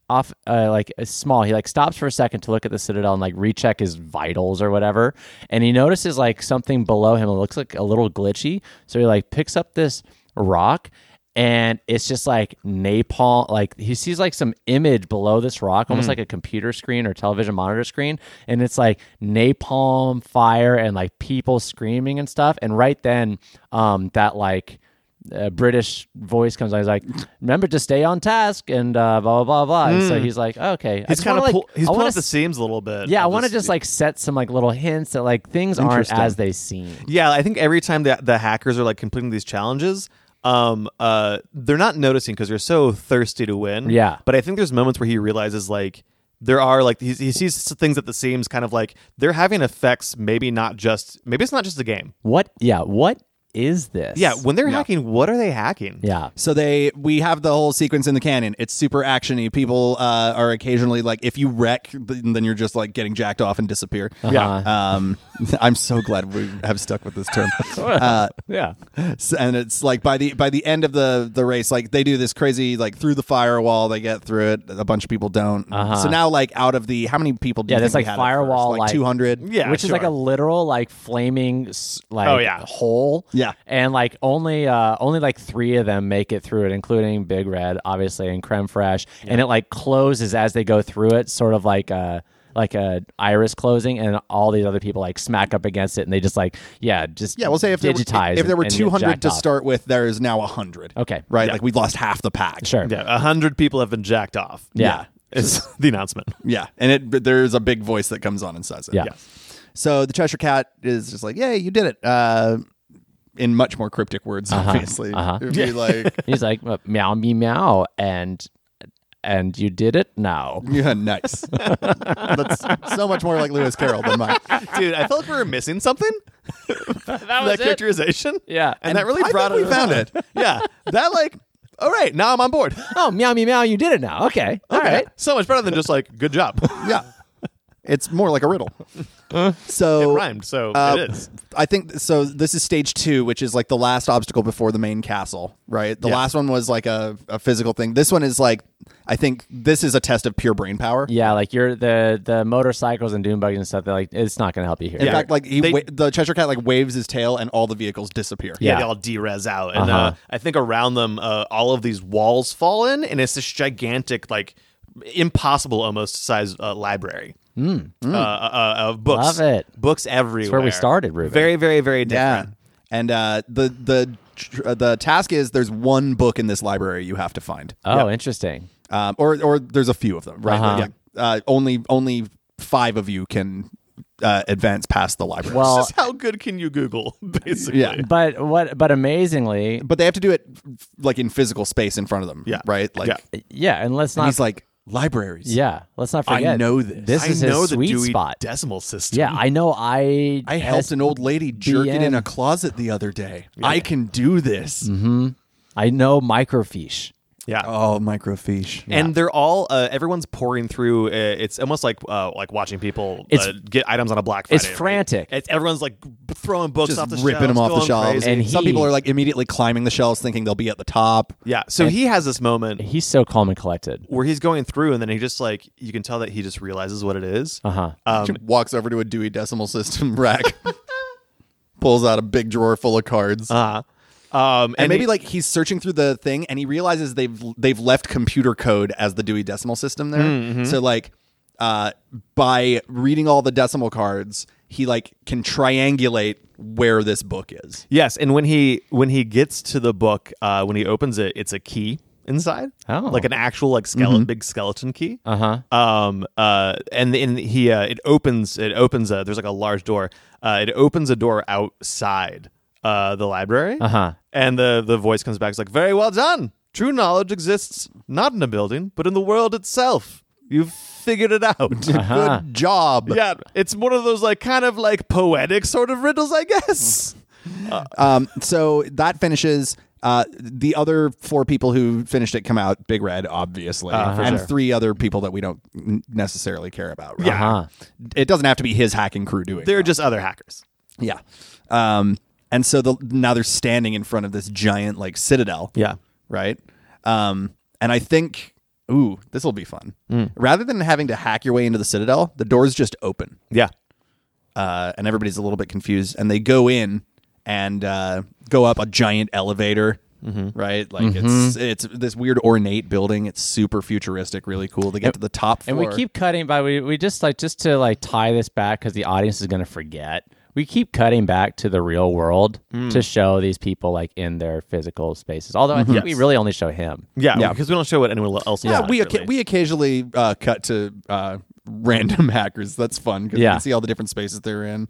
S3: Off uh, like uh, small, he like stops for a second to look at the citadel and like recheck his vitals or whatever, and he notices like something below him. It looks like a little glitchy, so he like picks up this rock, and it's just like napalm. Like he sees like some image below this rock, almost like a computer screen or television monitor screen, and it's like napalm fire and like people screaming and stuff. And right then, um, that like a British voice comes on. He's like, "Remember to stay on task," and uh, blah blah blah. blah. And so he's like, oh, "Okay." I
S1: Hmm. He's
S3: just
S1: kind
S3: wanna,
S1: of
S3: like,
S1: pull, he's
S3: I
S1: pulling
S3: wanna
S1: up the
S3: s-
S1: seams a little bit.
S3: Yeah, I
S1: of
S3: want to
S1: this-
S3: just like set some like little hints that like things aren't
S2: Interesting.
S3: as they seem.
S1: Yeah, I think every time that the hackers are like completing these challenges, um, uh, they're not noticing because they're so thirsty to win.
S3: Yeah.
S1: But I think there's moments where he realizes like there are like he, he sees things at the seams, kind of like they're having effects. Maybe not just maybe it's not just a game.
S3: What? Yeah. What is this?
S1: Yeah, when they're hacking, what are they hacking?
S3: yeah.
S2: So they we have the whole sequence in the canyon. It's super actiony. People uh, are occasionally like, if you wreck, th- then you're just like getting jacked off and disappear.
S3: Uh-huh.
S1: Yeah.
S2: Um, I'm so glad we have stuck with this term. Uh,
S3: Yeah.
S2: s- and it's like by the by the end of the the race, like they do this crazy like through the firewall. They get through it. A bunch of people don't. So now like out of the how many people? Do
S3: Uh-huh. Yeah,
S2: you
S3: that's
S2: think we
S3: like
S2: had at
S3: firewall,
S2: first?
S3: like-
S2: like 200.
S1: Yeah,
S3: which is like a
S1: sure.
S3: literal like flaming s- like
S1: Oh, yeah.
S3: hole.
S2: Yeah.
S3: and like only uh only like three of them make it through it, including Big Red, obviously, and Creme Fraiche, and it like closes as they go through it, sort of like a like a iris closing, and all these other people like smack up against it, and they just like yeah, just
S2: Yeah, we'll say if there
S3: digitize
S2: were, if there were
S3: and get
S2: 200
S3: jacked
S2: to
S3: off.
S2: start with, there is now 100.
S3: Okay.
S2: Right?
S1: Yeah.
S2: Like we've lost half the pack.
S3: Sure.
S1: Yeah, a hundred people have been jacked off.
S3: Yeah.
S1: It's the announcement.
S2: Yeah, and it but there's a big voice that comes on and says it.
S3: Yeah.
S1: Yeah.
S2: So the Cheshire Cat is just like, "Yay, you did it!" Uh, in much more cryptic words, obviously.
S3: uh-huh.
S2: It'd be like,
S3: He's like meow me meow, and and you did it now.
S2: "Yeah, nice." That's so much more like Lewis Carroll than mine.
S1: Dude, I felt like we were missing something. that
S3: was it.
S1: characterization.
S3: Yeah.
S1: And, that really
S2: I
S1: brought
S2: think
S1: it
S2: we found
S1: around.
S2: it.
S1: yeah. That like all right, now I'm on board.
S3: Oh meow me meow, you did it now. Okay, all
S1: Okay.
S3: right.
S1: So much better than just like good job.
S2: Yeah, it's more like a riddle. So
S1: it rhymed, so
S2: Uh,
S1: it is.
S2: I think so. This is stage two, which is like the last obstacle before the main castle, right? The
S1: Yeah.
S2: last one was like a, a physical thing. This one is like, I think this is a test of pure brain power.
S3: Yeah, like you're the the motorcycles and dune buggies and stuff. They're like it's not going to help you here.
S2: In
S1: Yeah.
S2: fact, like he,
S1: They-
S2: wa- the Cheshire Cat like waves his tail, and all the vehicles disappear.
S1: yeah,
S3: Yeah.
S1: they all derez out, and uh
S3: Uh-huh.
S1: I think around them, uh, all of these walls fall in, and it's this gigantic, like impossible almost size uh, library. Uh, uh, uh, of books,
S3: Hmm. Love it.
S1: Books everywhere.
S3: we started, Ruben.
S1: Very, very, very
S2: yeah.
S1: different.
S2: And uh, the the tr- uh, the task is there's one book in this library you have to find,
S3: Oh, interesting.
S2: um, or or there's a few of them, right?
S3: Uh-huh.
S2: Like, uh, only only five of you can uh, advance past the library.
S3: Well-
S1: This is how good can you Google, basically.
S2: Yeah.
S3: But what? But amazingly,
S2: but they have to do it f- like in physical space in front of them.
S1: Yeah.
S2: right. Like
S1: Yeah.
S3: yeah, and let's
S2: and
S3: not.
S2: he's like libraries.
S3: yeah, let's not
S2: I
S3: forget.
S2: know this.
S3: This
S1: I
S3: is
S1: know
S3: his
S1: the
S3: sweet
S1: Dewey
S3: spot.
S1: Decimal System.
S3: yeah, I know. I
S2: I helped an old lady jerk it in
S3: SBM.
S2: a closet the other day. I can do this.
S3: Mm-hmm. I know microfiche.
S1: yeah.
S2: Oh, microfiche.
S1: And they're all uh, everyone's pouring through. Uh, it's almost like uh, like watching people
S3: It's-
S1: uh, get items on a Black Friday.
S3: it's
S1: right?
S3: frantic.
S1: It's everyone's like throwing books
S2: just
S1: off the
S2: ripping them off
S1: shelves,
S2: the
S1: going
S2: shelves.
S1: crazy.
S3: And
S2: some
S3: he-
S2: people are like immediately climbing the shelves, thinking they'll be at the top.
S1: yeah. So he has this moment
S3: He's so calm and collected.
S1: where he's going through, and then he just like you can tell that he just realizes what it is.
S3: Uh huh.
S1: Um,
S2: Walks over to a Dewey Decimal System rack, pulls out a big drawer full of cards,
S1: uh, um, and,
S2: and maybe
S1: he-
S2: like he's searching through the thing, and he realizes they've they've left computer code as the Dewey Decimal System there.
S1: Mm, mm-hmm.
S2: So like, uh, by reading all the decimal cards, he like can triangulate where this book is.
S1: yes, and when he when he gets to the book, uh, when he opens it, it's a key inside,
S3: Oh. Mm-hmm.
S1: like an actual like skeleton, big skeleton key.
S3: Uh huh.
S1: um uh and and he uh, it opens it opens a there's like a large door uh it opens a door outside uh the library
S3: Uh-huh.
S1: and the the voice comes back it's like very well done true knowledge exists not in a building but in the world itself you've figured it out
S2: Good job.
S1: Uh-huh. yeah it's one of those like kind of like poetic sort of riddles i
S3: Mm-hmm.
S1: guess
S2: Um, so that finishes. Uh, the other four people who finished it come out Big Red, obviously,
S1: Uh-huh, for
S2: and
S1: sure.
S2: three other people that we don't n- necessarily care about. Right?
S1: Yeah.
S3: Uh huh.
S2: it doesn't have to be his hacking crew doing.
S1: they're
S2: that.
S1: just other hackers
S2: yeah. Um, and so the, now they're standing in front of this giant like citadel.
S1: yeah
S2: right. Um, and I think, ooh, this will be fun.
S3: Mm.
S2: Rather than having to hack your way into the citadel, the doors just open
S1: yeah
S2: uh, and everybody's a little bit confused. And they go in and uh, go up a giant elevator,
S3: Mm-hmm.
S2: right? Like it's it's this weird ornate building. It's super futuristic, really cool. They get to the top
S3: And
S2: floor.
S3: we keep cutting, but we, we just like just to like tie this back because the audience is going to forget. We keep cutting back to the real world to show these people like in their physical spaces. Although I think we really only show him.
S1: yeah,
S2: Yeah.
S1: because we don't show what anyone else
S2: yeah,
S1: does,
S2: we
S1: really.
S2: oca- we occasionally uh, cut to uh, random hackers. That's fun because
S3: Yeah.
S2: you can see all the different spaces they're in.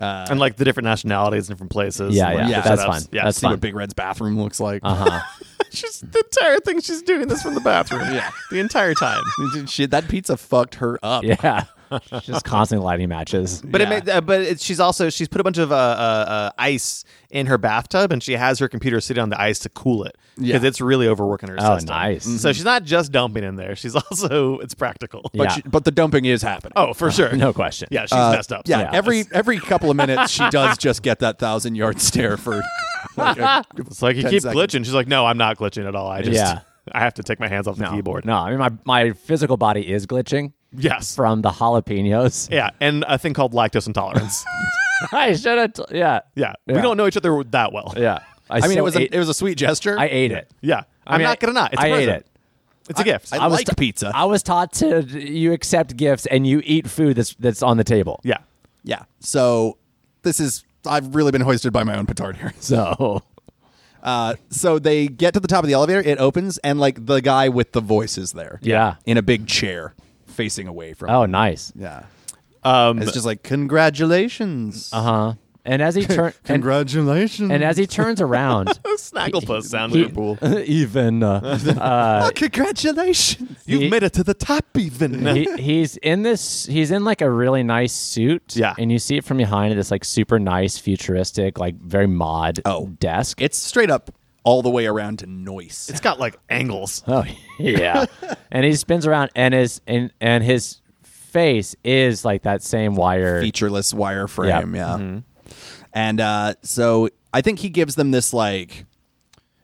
S2: Uh,
S1: and like the different nationalities and different places
S3: Yeah,
S1: and, like,
S3: yeah,
S1: the
S3: that's
S1: setups.
S3: fun.
S1: yeah
S3: That's
S2: See
S3: fun.
S2: what Big Red's bathroom looks like.
S1: She's the entire thing. She's doing this from the bathroom.
S2: Yeah.
S1: the entire time.
S2: Shit, that pizza fucked her up.
S3: Yeah. She's just constantly lighting matches.
S1: But it made, uh, but it, she's also she's put a bunch of uh, uh, uh, ice in her bathtub, and she has her computer sitting on the ice to cool it because
S2: Yeah.
S1: it's really overworking her
S3: Oh,
S1: system.
S3: nice.
S1: So she's not just dumping in there; she's also it's practical.
S2: But,
S3: Yeah.
S2: she- but the dumping is happening.
S1: Oh, for sure,
S3: No question.
S1: Yeah, she's
S2: Uh,
S1: messed up.
S2: Yeah,
S3: Yeah.
S2: every every couple of minutes she does just get that thousand yard stare for. Like a,
S1: it's like you
S2: 10
S1: keep
S2: seconds.
S1: glitching. She's like, "No, I'm not glitching at all. I just
S3: Yeah.
S1: I have to take my hands off the
S3: No,
S1: keyboard."
S3: No, I mean my, my physical body is glitching
S1: Yes.
S3: from the jalapenos.
S1: yeah, and a thing called lactose intolerance.
S3: I should have. T- yeah,
S1: yeah. we
S3: Yeah.
S1: don't know each other that well.
S3: yeah.
S2: I mean,
S3: still
S2: it was
S3: ate,
S2: a, it was a sweet gesture.
S3: I ate it.
S1: Yeah.
S3: I
S1: I'm
S3: mean,
S1: not gonna not. It's a
S3: I ate
S1: present.
S3: it.
S1: It's a gift.
S2: I,
S1: I-
S2: liked
S3: t-
S2: pizza.
S3: I was taught to you accept gifts and you eat food that's that's on the table.
S1: yeah.
S2: yeah. So this is I've really been hoisted by my own petard here.
S3: So
S2: Uh, so they get to the top of the elevator. It opens, and like the guy with the voice is there.
S3: Yeah.
S2: in a big chair, facing away from.
S3: oh, nice.
S2: yeah.
S1: Um,
S2: It's just like congratulations.
S3: Uh huh. And as he turns and,
S2: Congratulations.
S3: and as he turns around,
S1: Snagglepuss sound.
S3: he-
S1: loop.
S3: even uh,
S2: oh, congratulations.
S1: You've made it to the top even.
S3: he, he's in this he's in like a really nice suit
S1: Yeah.
S3: and you see it from behind this like super nice futuristic like very mod
S2: Oh.
S3: desk
S2: It's straight up all the way around to noise.
S1: It's got like angles.
S3: oh yeah and he spins around and his and and his face is like that same wire
S2: featureless wireframe. Yeah.
S3: Mm-hmm.
S2: And uh, so I think he gives them this like,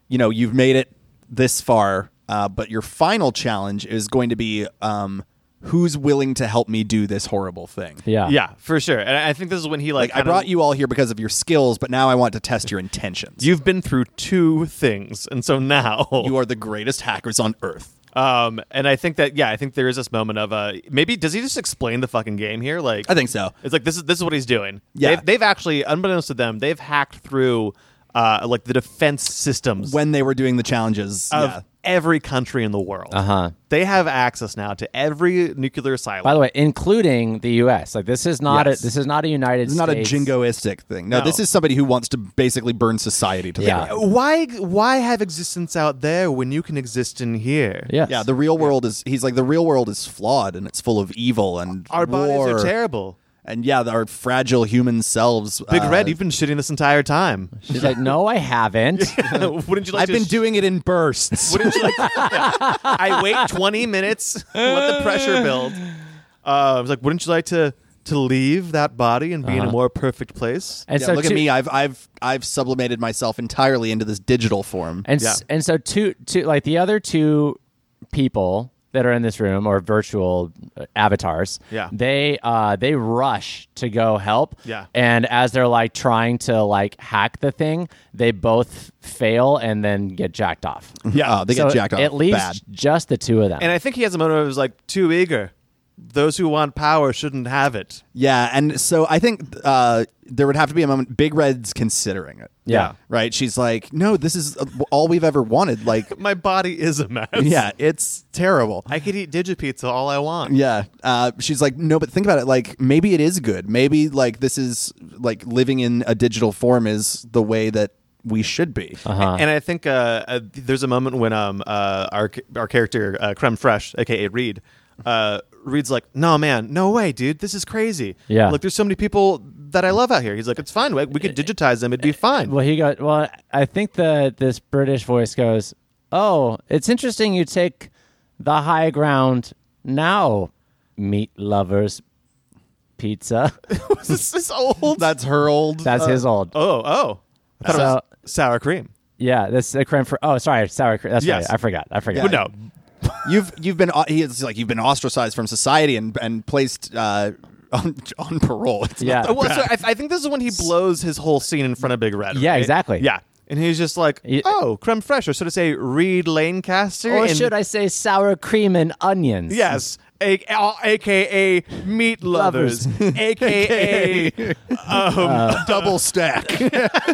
S2: you know, you've made it this far, uh, but your final challenge is going to be um, who's willing to help me do this horrible thing.
S3: yeah
S1: Yeah, for sure. And I I think this is when he like,
S2: Like I
S1: kinda-
S2: brought you all here because of your skills, but now I want to test your intentions.
S1: You've been through two things, and so now
S2: you are the greatest hackers on earth.
S1: Um, and I think that yeah, I think there is this moment of uh, maybe does he just explain the fucking game here? Like,
S2: I think so.
S1: It's like this is this is what he's doing.
S2: Yeah.
S1: they've, they've actually, unbeknownst to them, they've hacked through uh like the defense systems
S2: When they were doing the challenges,
S1: of
S2: yeah.
S1: every country in the world. Uh
S3: Uh-huh.
S1: They have access now to every nuclear silo.
S3: by the way including the U.S. like this is not
S1: Yes.
S3: a this is not a United
S2: It's not a
S3: States-
S2: jingoistic thing. No,
S1: No.
S2: this is somebody who wants to basically burn society to
S3: Yeah.
S2: the ground.
S1: Uh, why why have existence out there when you can exist in here?
S3: yes.
S2: Yeah, the real world is. He's like the real world is flawed and it's full of evil and
S1: Our bodies
S2: war,
S1: are terrible.
S2: And yeah, our fragile human selves.
S1: Big
S2: uh,
S1: Red, you've been shitting this entire time.
S3: she's like no I haven't
S1: wouldn't you like
S2: I've
S1: to
S2: been
S1: sh-
S2: doing it in bursts.
S1: Wouldn't you like to- Yeah. I wait 20 minutes, let the pressure build. Uh, I was like, wouldn't you like to to leave that body and be
S2: Uh-huh.
S1: in a more perfect place?
S3: and
S2: Yeah,
S3: so
S2: look
S3: two-
S2: at me. I've I've I've sublimated myself entirely into this digital form.
S3: And s-
S1: Yeah.
S3: and so two two like the other two people that are in this room or virtual uh, avatars.
S1: Yeah.
S3: They uh they rush to go help.
S1: Yeah.
S3: And as they're like trying to like hack the thing, they both fail and then get jacked off.
S1: Mm-hmm.
S2: yeah, Ah, they
S3: so
S2: get jacked off.
S3: It leaves
S2: bad.
S3: just the two of them.
S1: And I think he has a moment of was like too eager. Those who want power shouldn't have it.
S2: Yeah, and so I think uh, there would have to be a moment. Big Red's considering it.
S3: Yeah.
S2: right. She's like, no, this is uh, all we've ever wanted. Like,
S1: My body is a mess.
S2: yeah, it's terrible.
S1: I could eat digipizza all I want.
S2: Yeah. Uh, she's like, no, but think about it. Like, maybe it is good. Maybe, like, this is like living in a digital form is the way that we should be.
S3: Uh-huh.
S1: And I think uh, uh, there's a moment when um uh, our our character uh, Creme Fresh, aka Reed, uh, Reed's like, "No man, no way, dude, this is crazy.
S3: Yeah.
S1: like there's so many people that I love out here." He's like, "It's fine, we, we could digitize them, it'd
S3: Eh,
S1: be fine."
S3: well he goes well I think the this British voice goes, "Oh, it's interesting you take the high ground now, meat lovers pizza."
S1: this is old.
S2: That's her old.
S3: That's his old.
S1: oh oh, I thought it
S3: So-
S1: was sour cream.
S3: Yeah, that's a creme for. Oh, sorry, sour cream. That's
S1: Yes.
S3: right. I forgot. I forgot.
S1: But no,
S2: uh, you've you've been au- he is like you've been ostracized from society and and placed uh, on on parole. It's not
S3: uh, Yeah.
S2: that
S1: well, so I, I think this is when he blows his whole scene in front of Big Red.
S3: Yeah,
S1: right?
S3: exactly.
S1: Yeah. And he's just like,
S3: Ye-
S1: oh, creme fraiche, or should I say Reed Lancaster?
S3: Or
S1: And-
S3: should I say sour cream and onions?
S1: Yes. A- a- AKA meat lovers, AKA um,
S2: Uh, double stack.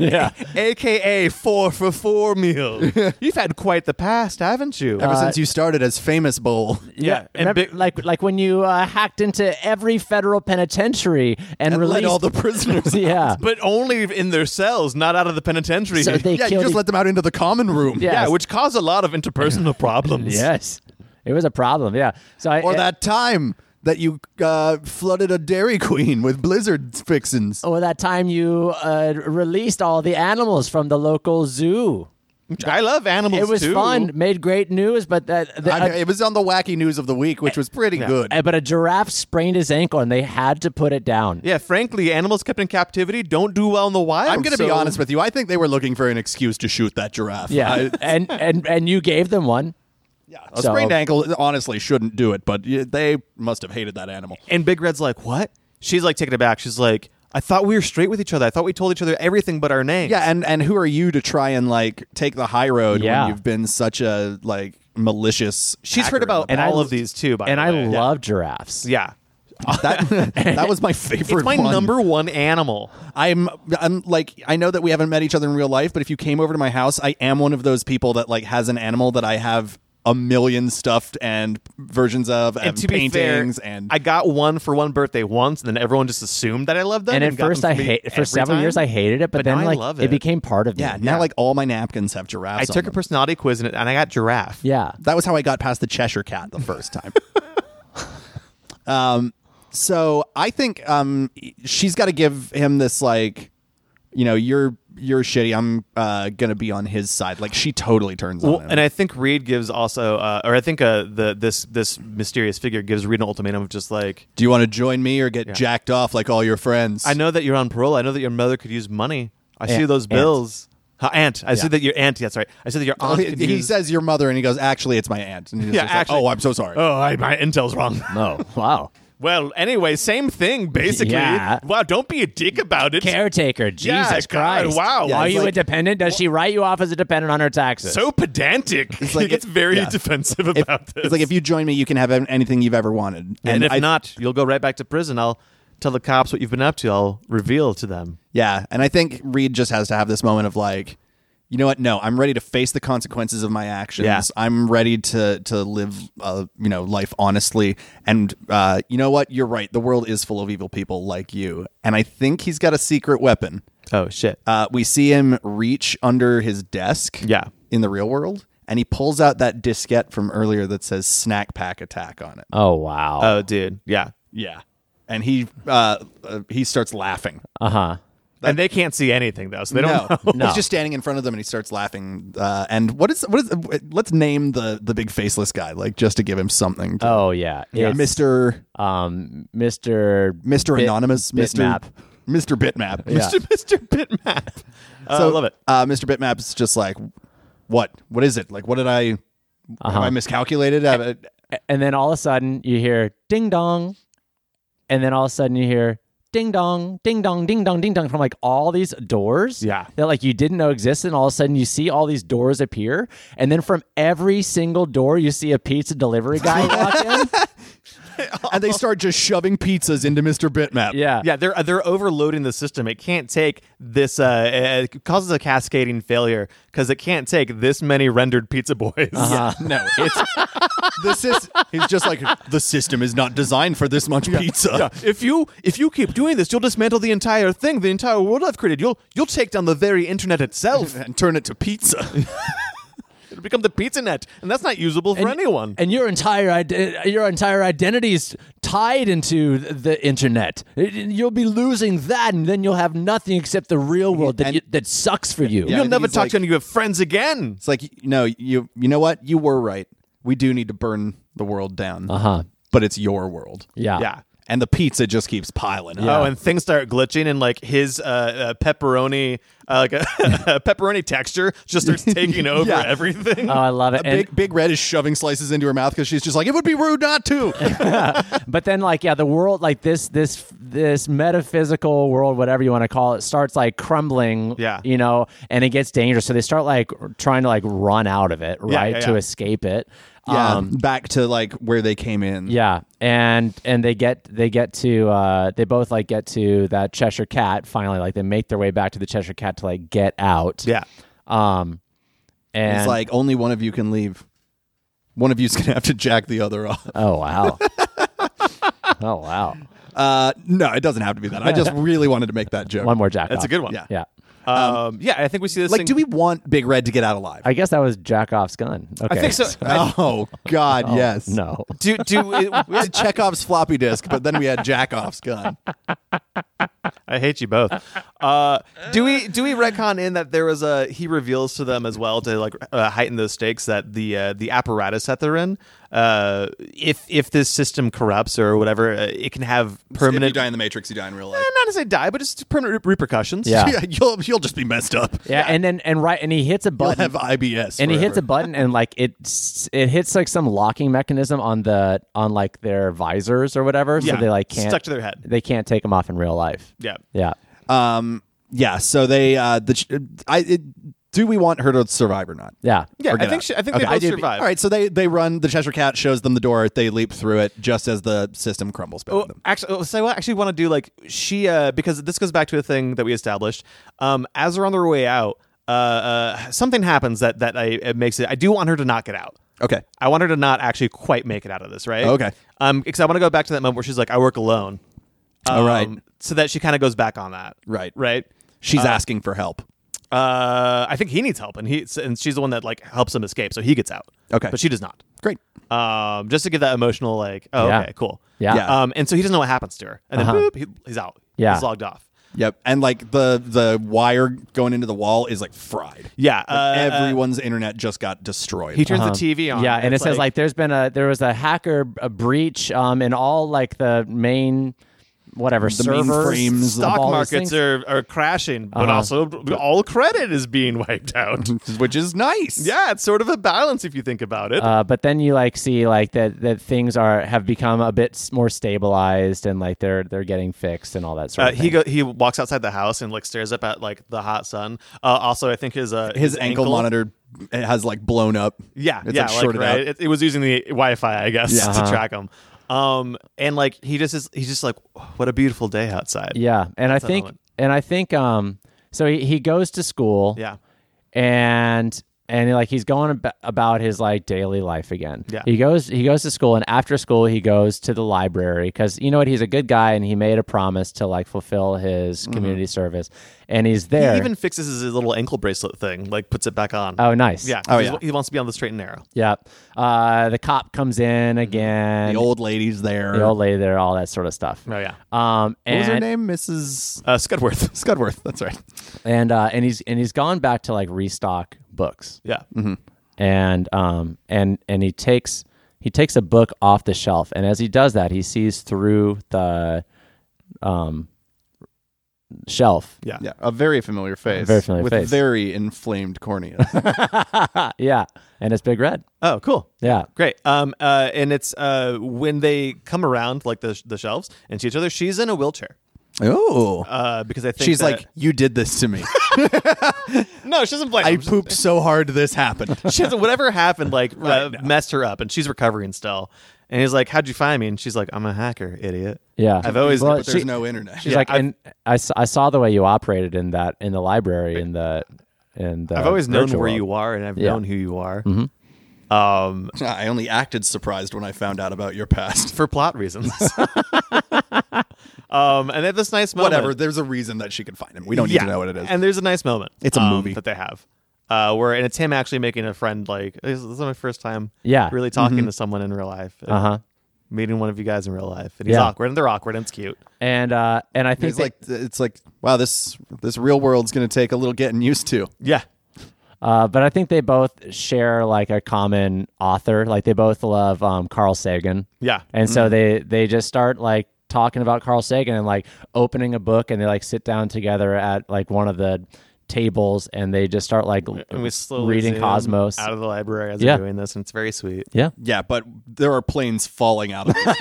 S3: Yeah.
S1: AKA four for four meal. You've had quite the past, haven't you? Uh,
S2: Ever since you started as famous bowl.
S1: yeah, and
S3: Remember-
S1: big-
S3: like like when you uh, hacked into every federal penitentiary and,
S2: And let
S3: released
S2: all the prisoners.
S3: yeah.
S1: but only in their cells, not out of the penitentiary.
S3: So they
S2: yeah, you
S3: killed.
S2: just
S3: each-
S2: let them out into the common room.
S3: Yeah.
S1: yeah, which caused a lot of interpersonal problems.
S3: yes, it was a problem. Yeah. So I eh,
S2: Or
S3: I-
S2: that time that you uh, flooded a Dairy Queen with blizzard fixins.
S3: Or that time you uh, released all the animals from the local zoo.
S1: I love animals.
S3: It was
S1: too.
S3: fun, made great news, but that.
S1: uh,
S3: the-
S2: I mean,
S3: a-
S2: it was on the wacky news of the week, which was pretty good.
S3: uh, but a giraffe sprained his ankle and they had to put it down.
S1: Yeah, frankly, animals kept in captivity don't do well in the wild.
S2: I'm going to be
S1: so-
S2: honest with you. I think they were looking for an excuse to shoot that giraffe.
S3: Yeah.
S2: I-
S3: and, and, and you gave them one.
S2: a
S3: So-
S2: sprained ankle honestly shouldn't do it, but y- they must have hated that animal.
S1: And Big Red's like, what? She's like taken aback. She's like, I thought we were straight with each other. I thought we told each other everything but our names.
S2: Yeah, and and who are you to try and like take the high road
S3: Yeah.
S2: when you've been such a like malicious?
S1: she's
S2: hacker
S1: heard about
S2: in
S3: And I-
S1: all of these too. By
S3: And
S1: the
S3: I
S1: way.
S3: love giraffes.
S1: Yeah,
S2: the past. that. that was my favorite.
S1: it's my
S2: one.
S1: number one animal.
S2: I'm I'm like I know that we haven't met each other in real life, but if you came over to my house, I am one of those people that like has an animal that I have a million stuffed and versions of and,
S1: And to be fair,
S2: paintings and
S1: I got one for one birthday once, and then everyone just assumed that I loved them.
S3: And at
S1: got
S3: first,
S1: them
S3: I
S1: for me
S3: hate for
S1: every
S3: several
S1: time.
S3: years I hated it, but,
S1: But
S3: then
S1: now I
S3: like
S1: love
S3: it.
S1: it.
S3: became part of me.
S2: yeah, now like all my napkins have
S1: I
S2: giraffes. on
S1: took a
S2: them.
S1: personality quiz and, it, and I got giraffe.
S3: yeah.
S2: That was how I got past the Cheshire Cat the first time. um, so I think um, she's got to give him this like, you know, you're you're shitty. I'm uh, gonna be on his side. Like she totally turns
S1: Well,
S2: on him.
S1: and I think Reed gives also, uh, or I think uh, the this this mysterious figure gives Reed an ultimatum of just like,
S2: Do you want to join me or get jacked off like all your friends?
S1: I know that you're on parole. I know that your mother could use money. I see
S3: Aunt-
S1: those
S3: aunt.
S1: bills. Huh, aunt. I
S2: Yeah.
S1: see that your aunt. That's right. I see that your
S2: Oh,
S1: aunt.
S2: he,
S1: could
S2: he
S1: use-
S2: says your mother, and he goes, "Actually, it's my aunt." And he's
S1: Yeah,
S2: just like,
S1: actually.
S2: oh, I'm so sorry.
S1: "Oh, I, my intel's wrong."
S3: No. Oh, Wow.
S1: well, anyway, same thing basically.
S3: Yeah.
S1: Wow, don't be a dick about it.
S3: Caretaker.
S1: Yeah,
S3: Jesus
S1: God,
S3: Christ.
S1: wow.
S2: Yeah,
S3: Are
S2: it's
S3: you
S2: like-
S3: a dependent? Does she write you off as a dependent on her taxes?
S1: so pedantic. It's
S2: like
S1: he gets
S2: it-
S1: very
S2: yeah.
S1: defensive
S2: If-
S1: about this.
S2: it's like if you join me, you can have anything you've ever wanted.
S1: and, if
S2: I-
S1: not, you'll go right back to prison. I'll tell the cops what you've been up to. I'll reveal to them.
S2: Yeah, and I think Reed just has to have this moment of like, you know what? No, I'm ready to face the consequences of my actions.
S1: Yeah.
S2: I'm ready to to live, uh, you know, life honestly. And uh, you know what? You're right. The world is full of evil people like you. And I think he's got a secret weapon.
S1: Oh shit.
S2: Uh, we see him reach under his desk.
S1: Yeah.
S2: in the real world, and he pulls out that diskette from earlier that says "Snack Pack Attack" on it.
S3: Oh wow.
S1: oh dude. Yeah.
S2: Yeah, and he uh, uh, he starts laughing.
S3: Uh huh.
S1: and they can't see anything though, so they don't
S2: no,
S1: know.
S3: No.
S2: he's just standing in front of them and he starts laughing. Uh, and what is what is? uh, Let's name the the big faceless guy, like just to give him something.
S1: Uh,
S2: To,
S3: Oh yeah. It's,
S2: Mister
S3: um, Mr.
S2: Mister
S3: Bit-
S2: Anonymous, Mister
S3: Bitmap.
S2: Mister Bitmap.
S3: Yeah.
S1: Mr. Mr. Bitmap. Uh, I love it.
S2: Uh, Mister Bitmap's just like, what? What is it? Like, what did I?
S1: Uh-huh.
S2: Have I miscalculated? Have I-
S3: And then all of a sudden you hear ding dong, and then all of a sudden you hear ding dong, ding dong, ding dong, ding dong from like all these doors.
S1: Yeah.
S3: That like you didn't know existed, and all of a sudden you see all these doors appear, and then from every single door you see a pizza delivery guy walk in.
S2: and they start just shoving pizzas into Mister Bitmap.
S3: Yeah.
S1: Yeah, they're uh, they're overloading the system. It can't take this. Uh, it causes a cascading failure because it can't take this many rendered pizza boys.
S3: Uh-huh.
S2: No, it's the system. He's just like the system is not designed for this much pizza.
S1: If you if you keep doing this, you'll dismantle the entire thing, the entire world I've created. You'll you'll take down the very internet itself.
S2: And turn it to pizza.
S1: It'll become the pizza net, and that's not usable for anyone.
S3: And your entire ide- your entire identity is tied into the internet. You'll be losing that, and then you'll have nothing except the real world that
S2: And-
S3: you, that sucks for you.
S2: Yeah,
S1: You'll
S2: and
S1: never
S2: he's
S1: talk
S2: like-
S1: to any of your friends again.
S2: It's like no, you you know what? You were right. We do need to burn the world down. Uh huh. But it's your world.
S3: Uh-huh. Yeah.
S1: yeah.
S2: And the pizza just keeps piling up.
S1: Oh, and things start glitching, and like his uh, uh, pepperoni, uh, like a, pepperoni texture just starts taking over
S2: Yeah.
S1: everything.
S3: Oh, I love it.
S2: A
S3: And-
S2: big big red is shoving slices into her mouth because she's just like it would be rude not to.
S3: but then, like, yeah, the world, like this, this, this metaphysical world, whatever you want to call it, starts like crumbling.
S1: Yeah.
S3: you know, and it gets dangerous. So they start like trying to like run out of it,
S1: Yeah,
S3: right,
S1: yeah,
S3: to
S1: yeah.
S3: escape it.
S2: yeah,
S3: Um,
S2: back to like where they came in.
S3: yeah, and and they get they get to uh, they both like get to that Cheshire Cat finally. Like they make their way back to the Cheshire Cat to like get out.
S1: yeah.
S3: Um, and
S2: It's like only one of you can leave. One of you's gonna have to jack the other off.
S3: oh wow, oh wow,
S2: Uh, no, it doesn't have to be that. I just really wanted to make that joke.
S3: one more jack.
S1: That's a
S3: off.
S1: good one.
S2: Yeah.
S3: Yeah.
S1: Um, yeah, I think we see this.
S2: Like,
S1: thing-
S2: do we want Big Red to get out alive?
S3: I guess that was Jackoff's gun. Okay.
S1: I think so.
S2: oh God, yes.
S3: No.
S1: do do it,
S2: We had Chekhov's floppy disk, but then we had Jackoff's gun.
S1: I hate you both. Uh, do we do we retcon in that there was a he reveals to them as well to like uh, heighten those stakes that the uh, the apparatus that they're in, uh, if if this system corrupts or whatever, uh, it can have
S5: If you
S1: permanent.
S5: die in the Matrix, you die in real life.
S1: Eh, not to say die, but just permanent re- repercussions.
S3: Yeah.
S2: you'll you'll just be messed up.
S3: Yeah, and then and right, and he hits a
S2: You'll
S3: button,
S2: have IBS.
S3: and he hits
S2: forever.
S3: a button, and like it, s- it hits like some locking mechanism on the on like their visors or whatever,
S1: Yeah.
S3: so they like can't
S1: Stuck to their head.
S3: They can't take them off in real life.
S1: Yeah.
S3: Yeah,
S2: Um, yeah. So they, uh, the, ch- I, it, do we want her to survive or not?
S3: yeah,
S1: Yeah,
S2: Or
S1: I
S2: get
S1: think
S2: out?
S1: she, I think they
S2: Okay.
S1: both
S2: do-
S1: survive.
S2: All right. So they they run. The Cheshire Cat shows them the door. They leap through it just as the system crumbles behind
S1: Oh,
S2: them.
S1: actually, oh, so I actually want to do like she uh, because this goes back to a thing that we established. Um, as they're on their way out, uh, uh, something happens that that I, it makes it. I do want her to knock it out.
S2: Okay.
S1: I want her to not actually quite make it out of this, right?
S2: Okay.
S1: Um, because I want to go back to that moment where she's like, "I work alone." Um,
S2: All right.
S1: So that she kind of goes back on that.
S2: Right.
S1: Right.
S2: She's asking for help.
S1: Uh, I think he needs help, and he and she's the one that like helps him escape, so he gets out.
S2: Okay.
S1: But she does not.
S2: Great.
S1: Um, just to give that emotional like, oh,
S3: Yeah.
S1: okay, cool.
S3: Yeah. Uh-huh.
S2: Yeah.
S1: Um, and so he doesn't know what happens to her, and then boop, he, he's out.
S3: Yeah.
S1: He's logged off.
S2: Yep. And like the the wire going into the wall is like fried.
S1: Yeah. uh,
S2: Like, everyone's internet just got destroyed.
S1: he turns the TV on.
S3: Uh-huh. yeah. And it
S1: it's
S3: says like there's been a there was a hacker b- a breach um in all like the main whatever
S2: main
S3: servers
S2: frames,
S3: of
S1: stock
S3: all these
S1: markets
S3: things. Uh-huh.
S1: are, are crashing, but also all credit is being wiped out.
S2: which is nice.
S1: yeah, it's sort of a balance if you think about it.
S3: Uh, but then you like see like that that things are have become a bit s- more stabilized and like they're they're getting fixed and all that sort
S1: Uh,
S3: of
S1: he
S3: thing.
S1: go, he walks outside the house and like stares up at like the hot sun. Uh, also, I think his uh,
S2: His ankle, monitor has like blown up.
S1: Yeah,
S2: It's
S1: yeah,
S2: like
S1: like,
S2: shorted
S1: right?
S2: out.
S1: It, it was using the Wi-Fi, I guess,
S2: Yeah.
S3: Uh-huh.
S1: to track him. Um, and like he just is, he's just like, what a beautiful day outside.
S3: Yeah, and I
S1: that
S3: think
S1: moment.
S3: and I think um so he, he goes to school
S1: yeah,
S3: and and like he's going ab- about his like daily life again.
S1: Yeah.
S3: He goes he goes to school and after school he goes to the library cuz you know what he's a good guy and he made a promise to like fulfill his
S2: Mm-hmm.
S3: community service and he's there.
S1: He even fixes his little ankle bracelet thing, like puts it back on.
S3: oh nice.
S1: yeah,
S2: Oh,
S1: 'cause
S2: yeah.
S1: he wants to be on the straight and narrow.
S3: Yeah. Uh the cop comes in again.
S2: Mm-hmm. The old lady's there.
S3: the old lady there, all that sort of stuff.
S1: Oh yeah,
S3: Um, and
S2: what was her name? Mrs.
S1: uh, Scudworth.
S2: Scudworth. That's right.
S3: and uh, and he's and he's gone back to like restock books,
S1: Yeah,
S2: Mm-hmm.
S3: and um, and and he takes he takes a book off the shelf, and as he does that, he sees through the um shelf.
S1: yeah,
S2: Yeah, a very familiar face.
S3: Very familiar
S2: with
S3: face.
S2: very inflamed cornea.
S3: Yeah, and it's big red.
S1: Oh, cool.
S3: Yeah,
S1: Great. Um, uh, and it's uh, when they come around, like the, the shelves, and see each other. She's in a wheelchair.
S2: oh.
S1: Uh, because I think
S2: She's
S1: that-
S2: like, you did this to me.
S1: no, she doesn't blame.
S2: I
S1: him.
S2: pooped so hard this happened.
S1: she doesn't, whatever happened, like uh, messed her up, and she's recovering still. And he's like, "How'd you find me?" And she's like, "I'm a hacker, idiot."
S3: yeah.
S1: I've always
S3: Well,
S2: But
S3: she-
S2: there's no internet.
S3: She's
S1: Yeah,
S3: like,
S1: I've-
S3: and I, s- I saw the way you operated in that in the library in the in the.
S1: I've always known
S3: virtual
S1: where
S3: world.
S1: you are, and I've
S3: Yeah.
S1: known who you are.
S2: Mm-hmm.
S1: Um,
S2: I only acted surprised when I found out about your past.
S1: for plot reasons. um, and they have this nice moment.
S2: Whatever. There's a reason that she could find him. We don't need to know what it is.
S1: And there's a nice moment.
S2: It's a
S1: um,
S2: movie.
S1: that they have. Uh, where and it's him actually making a friend. Like this this is my first time.
S3: Yeah.
S1: really talking
S2: Mm-hmm.
S1: to someone in real life.
S3: Uh
S2: Uh-huh.
S3: huh.
S1: Meeting one of you guys in real life, and he's
S3: Yeah.
S1: awkward, and they're awkward, and it's cute.
S3: And uh and I think
S2: it's
S3: that-
S2: like it's like wow, this this real world's gonna take a little getting used to.
S1: Yeah,
S3: Uh, but I think they both share like a common author. Like they both love um, Carl Sagan.
S1: yeah.
S3: And so they they just start like talking about Carl Sagan and like opening a book and they like sit down together at like one of the tables and they just start like
S1: and we slowly
S3: reading
S1: zoom
S3: Cosmos.
S1: out of the library as
S3: Yeah.
S1: we're doing this, and it's very sweet.
S3: yeah.
S2: Yeah, but there are planes falling out of it.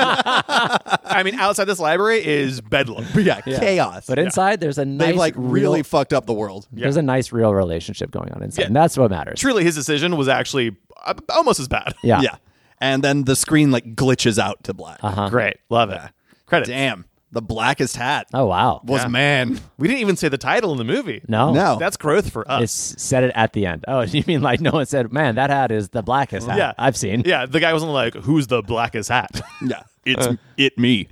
S1: I mean, outside this library is bedlam.
S2: yeah, chaos.
S3: But inside there's a nice
S2: They've like really
S3: real-
S2: fucked up the world.
S3: there's a nice real relationship going on inside. And that's what matters.
S1: Truly, his decision was actually uh, almost as bad.
S3: Yeah.
S2: Yeah. And then the screen like glitches out to black.
S1: great, love it. Credit.
S2: Damn. The blackest hat
S3: Oh wow.
S2: was man.
S1: We didn't even say the title in the movie.
S3: No.
S2: No.
S1: that's growth for us.
S3: It's said it at the end. Oh, you mean like no one said, "Man, that hat is the blackest hat
S1: yeah,
S3: I've seen."
S1: Yeah, the guy wasn't like, "Who's the blackest hat?"
S2: Yeah. It's it me.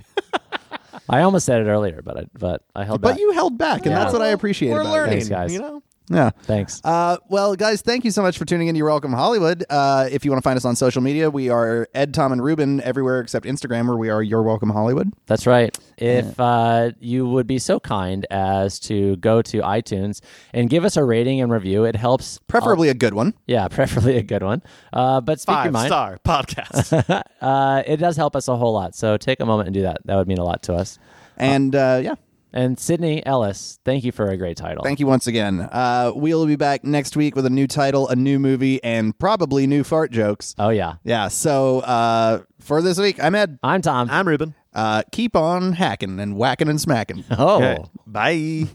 S3: I almost said it earlier, but I, but I held
S2: But
S3: back.
S2: you held back, and
S1: Yeah.
S2: that's what I appreciate.
S1: We're
S2: about
S1: learning,
S3: Thanks, guys.
S1: you know.
S2: It. Yeah.
S3: Thanks.
S2: Uh, well, guys, thank you so much for tuning in. to You're welcome, Hollywood. Uh, if you want to find us on social media, we are Ed, Tom, and Ruben everywhere except Instagram, where we are You're Welcome Hollywood.
S3: That's right. If uh, you would be so kind as to go to iTunes and give us a rating and review, it helps.
S2: Preferably a good one.
S3: Yeah, preferably a good one. Uh, but speak your
S1: Five
S3: mind.
S1: star podcast.
S3: uh, it does help us a whole lot. So take a moment and do that. That would mean a lot to us.
S2: And uh, yeah,
S3: And Sydney Ellis, thank you for a great title.
S2: thank you once again. Uh, we'll be back next week with a new title, a new movie, and probably new fart jokes.
S3: Oh yeah,
S2: Yeah. So uh, for this week, I'm Ed.
S3: I'm Tom.
S1: I'm Ruben.
S2: Uh, keep on hacking and whacking and smacking.
S3: oh.
S1: Okay. Bye.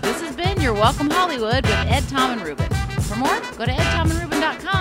S4: This has been Your Welcome Hollywood with Ed, Tom, and Ruben. For more, go to edtomandruben.com